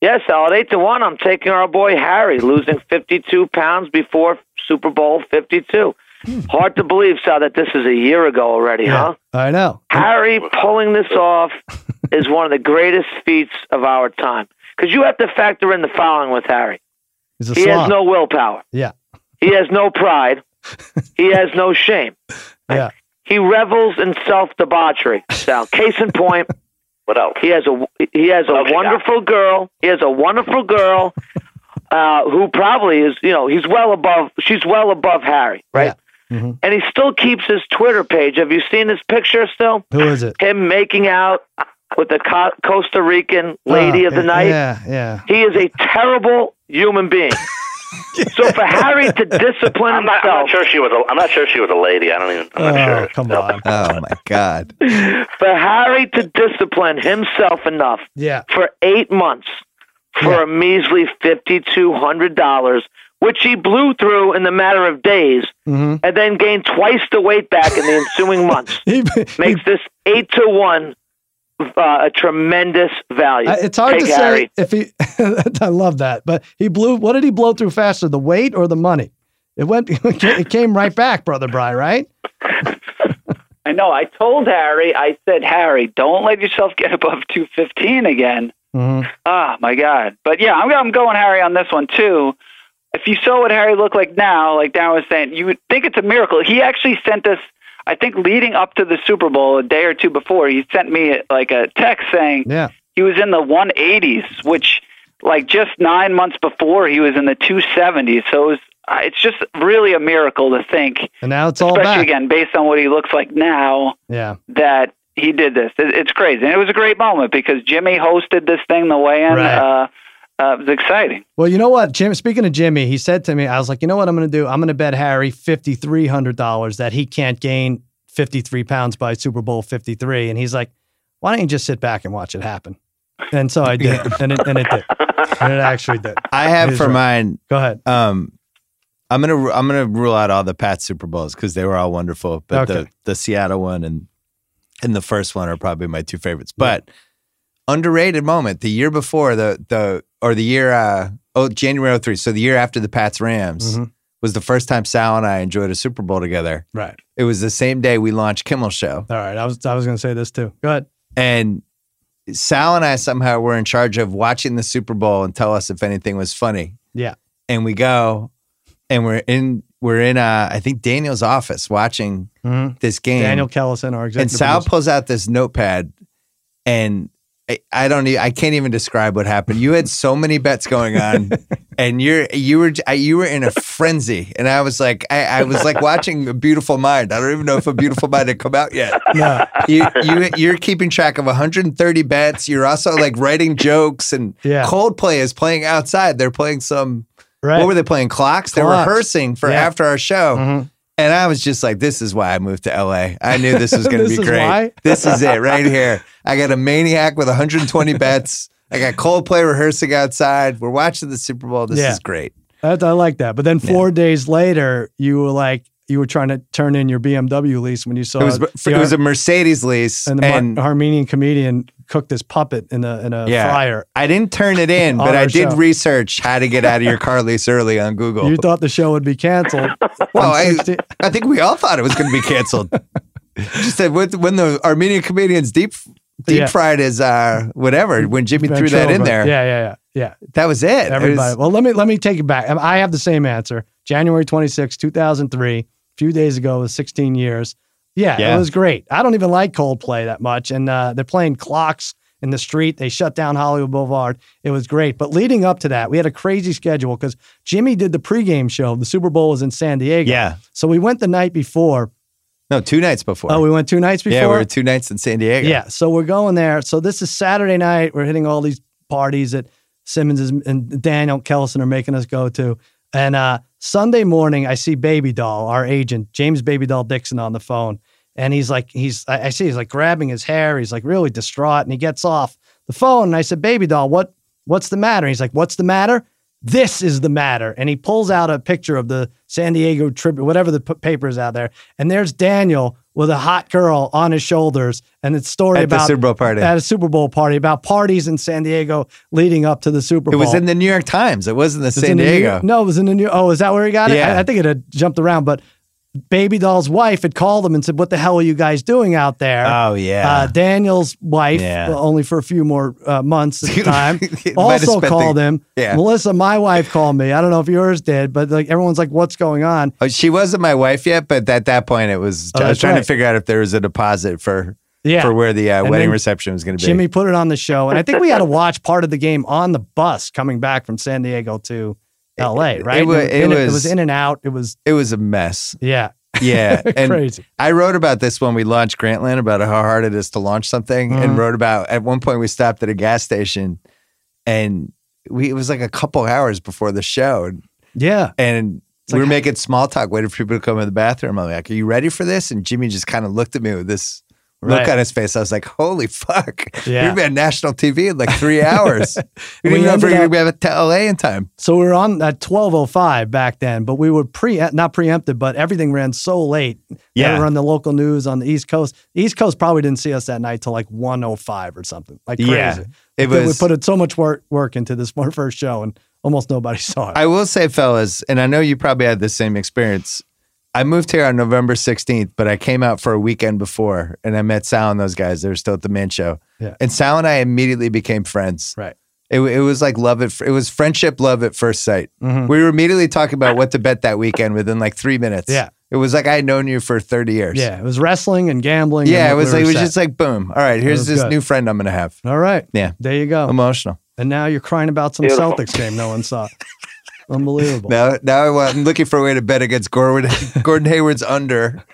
Yes, Sal, at eight to one, I'm taking our boy Harry, losing 52 pounds before Super Bowl 52.
Hmm.
Hard to believe, Sal, that this is a year ago already, huh?
I know.
Harry pulling
[LAUGHS]
this off is one of the greatest feats of our time. Because you have to factor in the following with Harry.
He's a
He has
slob.
no willpower.
Yeah.
He has
[LAUGHS]
no pride. he has no shame.
Yeah.
He revels in self debauchery. Sal, case in point,
What else?
he has a he has a
Okay,
wonderful girl. He has a wonderful girl uh, who probably is you know he's well above she's well above Harry, right?
Mhm.
And he still keeps his Twitter page. Have you seen his picture still?
Who is it?
Him making out with the Co- Costa Rican lady
Oh,
of the
yeah,
night.
Yeah, yeah.
He is a terrible
[LAUGHS]
human being. so for Harry to discipline
I'm not, I'm not
himself,
sure she was. A, I'm not sure she was a lady. I don't even. I'm not
Oh,
sure.
come
No.
on.
Oh my God.
for Harry to discipline himself enough
Yeah.
for eight months for
Yeah.
a measly $5,200, which he blew through in the matter of days
Mm-hmm. [LAUGHS]
and then gained twice the weight back in the ensuing months.
He, he,
Makes this eight to one uh, a tremendous value.
I, it's hard
Take
to say
Harry.
if he. [LAUGHS] I love that, but he blew. What did he blow through faster, the weight or the money? It went. [LAUGHS] It came right back, brother Bry. Right?
I know. I told Harry, I said, Harry, don't let yourself get [LAUGHS] above 215 again.
Mm-hmm.
Ah, my God. But yeah, I'm, I'm going Harry on this one too. If you saw what Harry looked like now, like Darren was saying, you would think it's a miracle. He actually sent us, I think, leading up to the Super Bowl a day or two before, he sent me like a text saying
Yeah.
he was in the 180s, which like just nine months before he was in the 270s. So it was, uh, it's just really a miracle to think,
And now it's all
especially
back.
again based on what he looks like now
Yeah.
that he did this. It, it's crazy, and it was a great moment because Jimmy hosted this thing the way in.
Right.
Uh, uh, it was exciting.
Well, you know what, Jim? Speaking of Jimmy, he said to me, I was like, you know what I'm going to do? I'm going to bet Harry $5,300 that he can't gain 53 pounds by Super Bowl 53. And he's like, why don't you just sit back and watch it happen? And so I did. And, it, and it did. And it actually did.
I have
He's
for
right.
mine.
Go ahead.
Um, I'm gonna I'm gonna rule out all the Pat Super Bowls because they were all wonderful, but the
Okay.
the Seattle one and and the first one are probably my two favorites. But underrated moment the year before the the or the year uh oh January 03, so the year after the Pats Rams
Mhm.
was the first time Sal and I enjoyed a Super Bowl together.
Right.
It was the same day we launched Kimmel Show,
All right. I was, I was going to say this too. Go ahead.
and Sal and I somehow were in charge of watching the Super Bowl and tell us if anything was funny.
Yeah.
and we go and we're in we're in uh I think Daniel's office watching
Mhm.
this game.
Daniel Kellison, our
and
executive.
Sal
producer.
pulls out this notepad and I, I don't e- I can't even describe what happened. You had so many bets
[LAUGHS]
going on and you're you were j- I- you were in a frenzy and I was like I, I was like watching a beautiful mind. I don't even know if a beautiful mind had come out yet. [LAUGHS]
No.
You, you you're keeping track of 130 bets. You're also like writing jokes and
Yeah.
Coldplay is playing outside. They're playing some
Right.
what were they playing? Clocks? They're
Clocks.
rehearsing for
Yeah.
after our show.
Mhm.
And I was just like, this is why I moved to LA. I knew this
[LAUGHS]
was going to
This
be
is
great.
why?
This is it right here. I got a maniac with 120 bets. I got Coldplay rehearsing outside. We're watching the Super Bowl. This
Yeah.
is great.
That, I like that. But then four days later, you were like, you were trying to turn in your BMW lease when you saw
It was,
the-
it was a Mercedes lease.
and
And,
the Mar- Armenian comedian cooked this puppet in a in a
Yeah.
fryer.
I didn't turn it in,
On
but
our
I did
show.
research how to get out of your car lease early on Google.
You thought the show would be canceled.
well, I,
16
I think we all thought it was going to be
[LAUGHS]
canceled. Just said when, when the Armenian comedians deep deep
Yeah.
fried his uh, whatever when Jimmy threw that in
Ventrilo,
there,
Yeah, yeah, yeah,
that was it. It
yeah. Everybody.
was-
well, let me let me take it back. Um, I have the same answer. January twenty six, two thousand three. A few days ago, was sixteen years. Yeah,
Yeah.
it was great. I don't even like Coldplay that much, and uh, they're playing clocks in the street. They shut down Hollywood Boulevard. It was great. But leading up to that, we had a crazy schedule because Jimmy did the pregame show. The Super Bowl was in San Diego.
yeah,
So we went the night before.
no, two nights before.
Oh, we went two nights before.
yeah, we were two nights in San Diego.
Yeah, so we're going there. So this is Saturday night. We're hitting all these parties that Simmons is, and Daniel Kellison are making us go to. And uh, Sunday morning, I see Baby Doll, our agent, James Baby Doll Dixon, on the phone. And he's like, he's, I, I see he's like grabbing his hair. He's like really distraught. And he gets off the phone. And I said, Baby Doll, what, what's the matter? And he's like, What's the matter? This is the matter. And he pulls out a picture of the San Diego Tribune, whatever the p- paper is out there. And there's Daniel with a hot girl on his shoulders and its story
at the
about
Super Bowl party.
at a Super Bowl party about parties in San Diego leading up to the Super
It
Bowl.
was in the New York Times. It wasn't the
It was
San
in the New-
Diego.
no, it was in the New. Oh, is that where he got it?
Yeah.
I, I think it had jumped around, but Baby Doll's wife had called him and said, "What the hell are you guys doing out there?"
Oh
Uh,
yeah.
Daniel's wife,
Yeah.
well, only for a few more uh, months
[LAUGHS]
at the time,
Might have
also
spent the-
called him.
Yeah.
Melissa, my wife, called me. I don't know if yours did, but like everyone's like, "What's going on?"
Oh, she wasn't my wife yet, but at that point, it was.
Oh,
I was
that's
trying
right.
to figure out if there was a deposit for
Yeah,
for where the uh,
And
wedding
then
reception was going to be.
Jimmy put it on the show, and I think we had to watch part of the game on the bus coming back from San Diego to L.A. Right?
it wa-
And
it
in- it
was-
was in and out. It was
it was a mess. [LAUGHS]
yeah, [LAUGHS]
Yeah, and
crazy.
I wrote about this when we launched Grantland about how hard it is to launch something,
Mhm.
and wrote about at one point we stopped at a gas station, and we it was like a couple hours before the show, and
Yeah,
and
It's
we
like-
were making small talk, waiting for people to come in the bathroom. I'm like, "Are you ready for this?" And Jimmy just kind of looked at me with this look
Right.
on his face. I was like, "Holy fuck!
Yeah.
We've been on national TV in like three
[LAUGHS]
hours. we
We
didn't know if we were
ended
going to be able to LA in time."
So we were on at twelve oh five back then, but we were pre not preempted, but everything ran so late. They
Yeah.
were on the local news on the East Coast. The East Coast probably didn't see us that night till like one oh five or something. Like crazy.
Yeah. It
That
was.
we put in so much work work into this one first show, and almost nobody saw it.
I will say, fellas, and I know you probably had the same experience. I moved here on November 16th, but I came out for a weekend before and I met Sal and those guys. They were still at the man show.
Yeah.
And Sal and I immediately became friends.
Right.
It, it was like love at, it was friendship, love at first sight.
Mhm.
We were immediately talking about what to bet that weekend within like three minutes.
Yeah.
It was like I had known you for 30 years.
Yeah, it was wrestling and gambling. and
Yeah. It
we
was
were
like, it was
set.
just like, boom. All right. Here's
was
this
good. Oh.
new friend I'm going to have.
all right.
Yeah. Um,
there you go.
Emotional.
and now you're crying about some
Beautiful.
Celtics game no one
[LAUGHS]
saw. Unbelievable.
Now, now I want, I'm looking for a way to bet against Gordon, [LAUGHS] Gordon Hayward's under.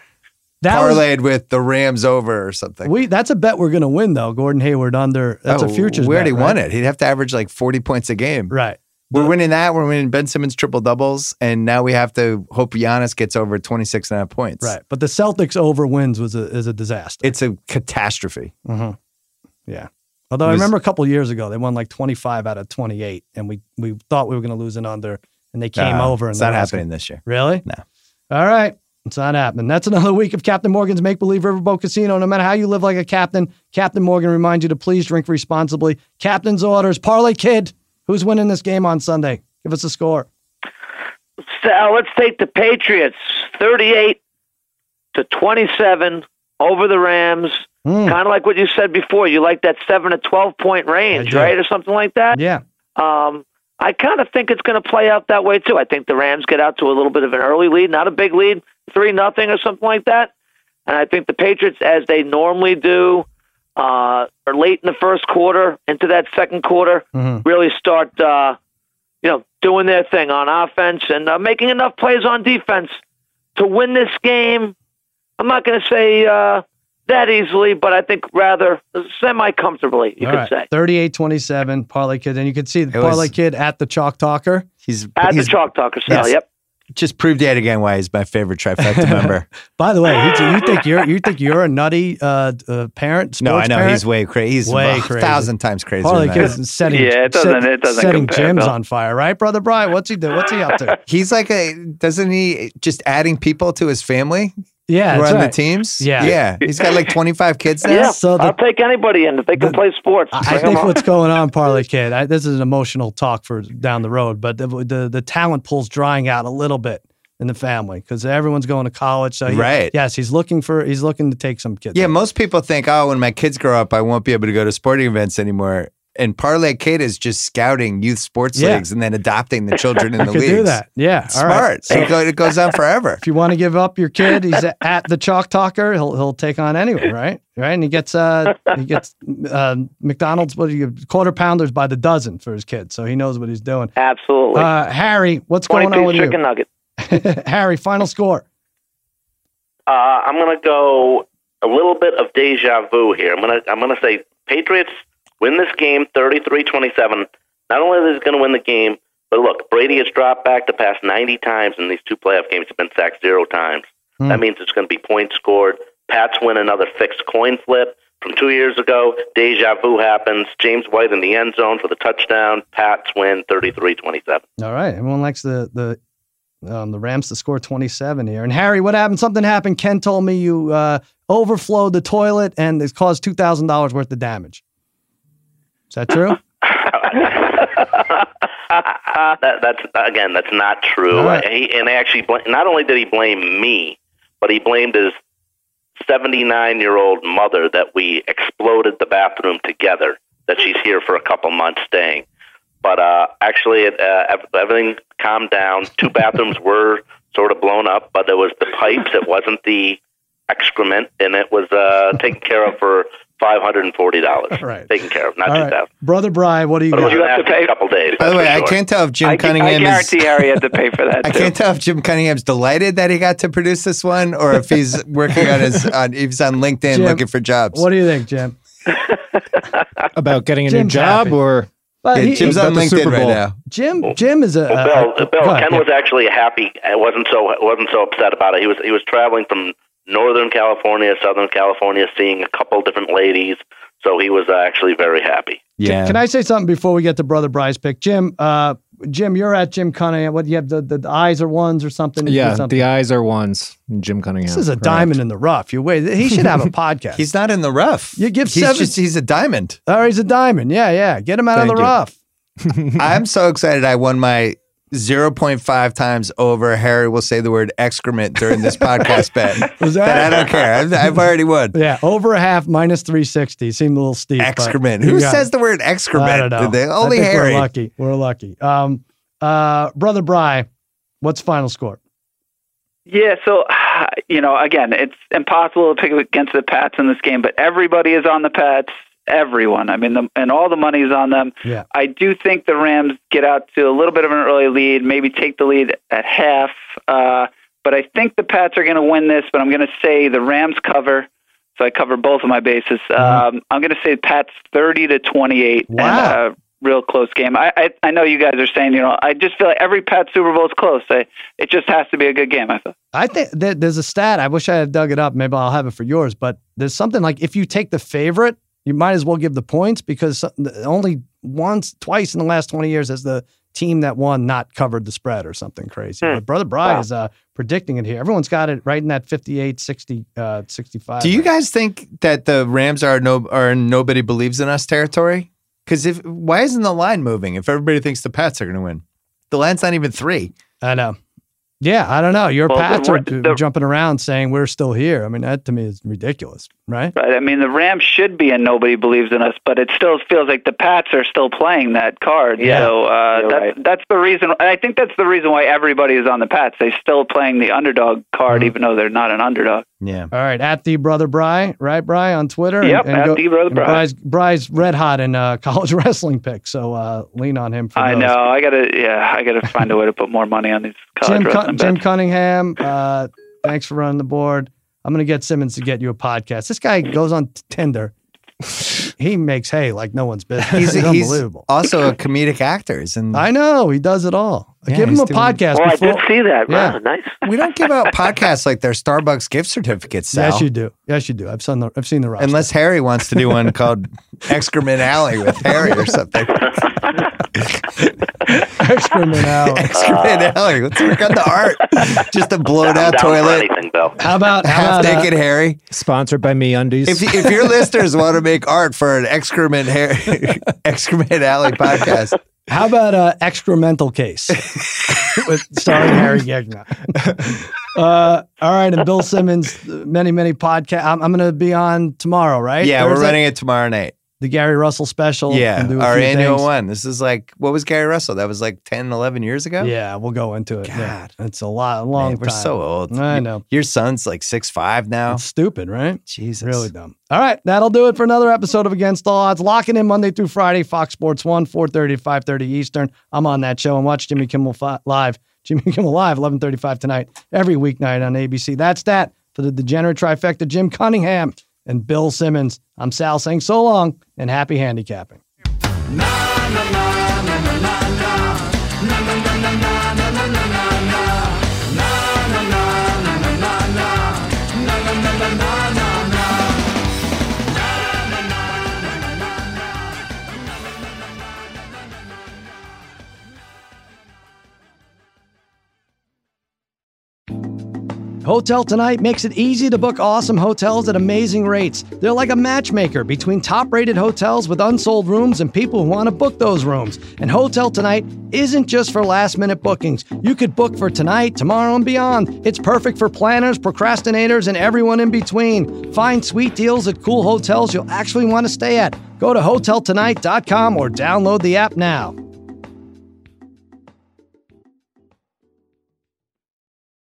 that was-
parlayed with the Rams over or something.
we that's a bet we're going to win though. Gordon Hayward under that's
Oh,
a futures.
We
bet,
already
right?
won it. He'd have to average like 40 points a game.
Right.
We're winning that. We're winning Ben Simmons triple doubles. And now we have to hope Giannis gets over 26 and a half points.
Right, but the Celtics over wins was a is a disaster.
It's a catastrophe.
Mhm. Yeah. Although I
It was-
remember a couple years ago they won like twenty five out of twenty eight, and we we thought we were going to lose an under, and they came
Uh,
over. And
It's
the
not
last-
happening this year.
Really?
No.
All right. It's not happening. That's another week of Captain Morgan's Make Believe Riverboat Casino. No matter how you live like a captain, Captain Morgan reminds you to please drink responsibly. Captain's orders. Parlay kid, who's winning this game on Sunday? Give us a score.
Sal, uh, let's take the Patriots 38 to 27 over the Rams.
Mm,
Kind of like what you said before. You like that 7 to 12 point range,
do.
right? Or something like that.
Yeah.
Um, I kind of think it's going to play out that way, too. I think the Rams get out to a little bit of an early lead, not a big lead, 3 nothing or something like that. And I think the Patriots, as they normally do, uh, are late in the first quarter, into that second quarter,
Mhm.
really start, uh, you know, doing their thing on offense and uh, making enough plays on defense to win this game. I'm not going to say uh, that easily, but I think rather semi comfortably, you
All
could
right.
say.
38-27, Parlay Kid. And you can see the
It was-
Parlay Kid at the Chalk Talker.
He's,
At the
he's
chalk talker, Sal.
Yes.
Yep.
just proved yet again why he's my favorite
[LAUGHS]
trifecta member.
By the way, you, you think you're you think you're a nutty uh, uh, parent? Sports
no, I know
parent?
he's way crazy. He's
Way
a
crazy.
thousand times crazier.
Parlay
than I am.
Kid's setting
Yeah, it doesn't- it doesn't
setting
compare,
gyms
Bill.
on fire, right, brother Brian? What's he do? What's he up to?
He's like a doesn't he just adding people to his family
Yeah,
who are
that's
on
right.
the teams?
Yeah.
yeah. He's got like twenty five kids now.
Yeah,
So the-
I'll take anybody in if they can
the-
play sports.
I I
Bring 'em
think
on.
what's going on, Parlay
[LAUGHS]
Kid. I, this is an emotional talk for down the road, but the the, the talent pool's drying out a little bit in the family because everyone's going to college. So he-
Right.
yes, he's looking for he's looking to take some kids.
Yeah,
out.
most people think, oh, when my kids grow up, I won't be able to go to sporting events anymore. And Parlay Kid is just scouting youth sports
Yeah.
leagues and then adopting
[LAUGHS]
the children in the
could
leagues.
do that. Yeah, all
Smart.
right.
it, go, it goes on
[LAUGHS]
forever.
If you want to give up your kid, he's a- at the chalk talker. He'll he'll take on
[LAUGHS]
anyone, right? Right, and he gets uh he gets uh, McDonald's what do you quarter pounders by the dozen for his kids, so he knows what he's doing.
Absolutely.
Uh, Harry, what's going
20
on
piece
with
chicken nugget.
you? [LAUGHS] Harry, final score.
Uh, I'm going to go a little bit of deja vu here. I'm going to I'm going to say Patriots win this game 33-27. Not only is he going to win the game, but look, Brady has dropped back to pass 90 times in these two playoff games. He's been sacked zero times.
Hmm.
That means it's going to be points scored. Pats win another fixed coin flip from two years ago. Deja vu happens. James White in the end zone for the touchdown. Pats win 33-27.
All right, everyone likes the the. Um, the Rams to score 27 here. And Harry, what happened? Something happened. Ken told me you uh, overflowed the toilet and it's caused two thousand dollars worth of damage. Is that
[LAUGHS]
true?
[LAUGHS] that, that's again, that's not true.
All right.
He, and actually, bl- not only did he blame me, but he blamed his seventy-nine-year-old mother that we exploded the bathroom together. That she's here for a couple months staying, but uh, actually, it, uh, ev- everything calmed down. Two bathrooms were sort of blown up, but it was the pipes. It wasn't the excrement, and it was uh, taken care of for five hundred and forty dollars.
All right.
Taken care of, not
All
two
right.
thousand.
Brother Brian, what do you
But it
got?
was
you have to
after
pay-
a couple days.
By
that's
the way,
for
I
sure.
can't tell if Jim
I, can- I
Cunningham is.
guarantee Harry had to pay for that.
[LAUGHS] I
too.
can't tell if Jim Cunningham's delighted that he got to produce this one, or
[LAUGHS]
if he's working on his on if he's on LinkedIn
Jim,
looking for jobs.
What do you think, Jim?
About getting a new
Jim's
job
happy.
or
Well,
Yeah,
he-
Jim's
about
on
the
LinkedIn
Super
right
Bowl.
now.
Jim, Jim is a.
uh,
Well,
a- a-
Oh. Bill, Bill
go ahead,
Ken
yeah.
was actually happy. I wasn't so wasn't so upset about it. He was he was traveling from Northern California, Southern California, seeing a couple different ladies. So he was uh, actually very happy.
Yeah.
Can I say something before we get to Brother Bry's pick? Jim, uh, Jim, you're at Jim Cunningham. What do you have? The, the, the eyes are ones or something?
yeah,
Something.
the eyes are ones. Jim Cunningham.
this is a
correct. [LAUGHS]
diamond in the rough. You wait. He should have a podcast.
He's not in the rough.
You give
he's
seven-
Just, he's a diamond.
oh, he's a diamond. Yeah, yeah. Get him out of
Thank
the
you.
rough.
[LAUGHS] I'm so excited. I won my 0.5 times over. Harry will say the word excrement during this podcast bet.
[LAUGHS] Was that-
But I don't care. I've, I've
[LAUGHS]
already won.
Yeah, over a half minus 360. Seemed a little steep. but
Excrement.
you
Who
got
says
it.
the word excrement?
I don't know.
They-
I
Only
think
Harry.
We're lucky. We're lucky. Um, uh, Brother Bry, what's final score?
Yeah, so [SIGHS] you know, again, it's impossible to pick against the Pats in this game, but everybody is on the Pats. Everyone, I mean, the, and all the money is on them.
Yeah.
I do think the Rams get out to a little bit of an early lead, maybe take the lead at half. Uh, but I think the Pats are going to win this. But I'm going to say the Rams cover, so I cover both of my bases. Um, I'm going to say Pats 30 to 28. and,
Uh-huh. Wow.
uh, real close game. I, I I know you guys are saying you know I just feel like every Pat Super Bowl is close. I, it just has to be a good game. I thought.
I think that there's a stat. I wish I had dug it up. Maybe I'll have it for yours. But there's something like if you take the favorite, you might as well give the points because so- the- only once, twice in the last 20 years has the team that won not covered the spread or something crazy.
Hmm.
But Brother Bry
Wow.
is uh, predicting it here. Everyone's got it right in that 58, 60, uh, 65.
Do you
range.
guys think that the Rams are no are in nobody believes in us territory? Because if why isn't the line moving? If everybody thinks the Pats are going to win, the line's not even three.
I know. Yeah, I don't know. Your
Well, the
Pats are
Ra-
uh,
the-
jumping around saying we're still here. I mean, that to me is ridiculous, right?
Right. I mean, the Rams should be, and nobody believes in us, but it still feels like the Pats are still playing that card.
Yeah.
So uh,
You're
that's
right.
that's the reason. And I think that's the reason why everybody is on the Pats. They're still playing the underdog card,
Uh-huh.
even though they're not an underdog.
Yeah.
All right, at the brother Bry, right, Bry on Twitter.
Yep, at the brother
and
Bry.
Bry's, Bry's red hot in uh, [LAUGHS] college wrestling pick, so uh, lean on him. For
I
those.
know. I gotta. Yeah, I gotta find a way to put more money on these college
Jim, Cun-
wrestling
Jim
bets.
Cunningham, uh, thanks for running the board. I'm gonna get Simmons to get you a podcast. This guy goes on Tinder. he makes hay like no one's business.
He's,
He's,
he's
unbelievable.
also a comedic actor. Isn't
I know he does it all.
Yeah,
Give him
he's
a
doing-
podcast.
Oh, I
before-
did see that.
Yeah.
Wow, nice.
we don't
[LAUGHS]
give out podcasts like their Starbucks gift certificates, Sal.
yes, you do. Yes, you do. I've seen the I've seen the rock.
Unless Harry wants to do one called [LAUGHS] Excrement Alley with Harry or something.
Excrement out.
[LAUGHS] Excrement Alley. Let's work on the art. Just a blown
I'm
out
down for
toilet,
anything, Bill.
How about how
half
about, uh,
naked Harry.
Sponsored by Me Undies.
If,
[LAUGHS]
if your listeners want to make art for an excrement hair, [LAUGHS] excrement alley podcast,
How about uh, excremental case [LAUGHS] with starring Harry
[LAUGHS]
Gegna? uh, all right, and Bill Simmons, many many podcast. I'm, I'm going to be on tomorrow, right?
yeah, we're
Thursday?
running it tomorrow night.
the Gary Russell special.
Yeah,
and do a
our
few
annual
things.
one. This is like what was Gary Russell? That was like 10, 11 years ago.
Yeah, we'll go into it. Yeah, it's a lot, a long
Man, we're
time.
so old.
I
Your-
know.
Your son's like six five now.
It's stupid, right?
Jesus,
Really dumb. All right, that'll do it for another episode of Against All Odds. Locking in Monday through Friday, Fox Sports 1, 4.30 to 5.30 Eastern. I'm on that show and watch Jimmy Kimmel fi- Live. [LAUGHS] Jimmy Kimmel Live, 11.35 tonight, every weeknight on ABC. That's that for the degenerate trifecta, Jim Cunningham and Bill Simmons. I'm Sal saying so long and happy handicapping. Hotel Tonight makes it easy to book awesome hotels at amazing rates. They're like a matchmaker between top rated hotels with unsold rooms and people who want to book those rooms. And Hotel Tonight isn't just for last minute bookings. You could book for tonight, tomorrow, and beyond. It's perfect for planners, procrastinators, and everyone in between. Find sweet deals at cool hotels you'll actually want to stay at. Go to hoteltonight.com or download the app now.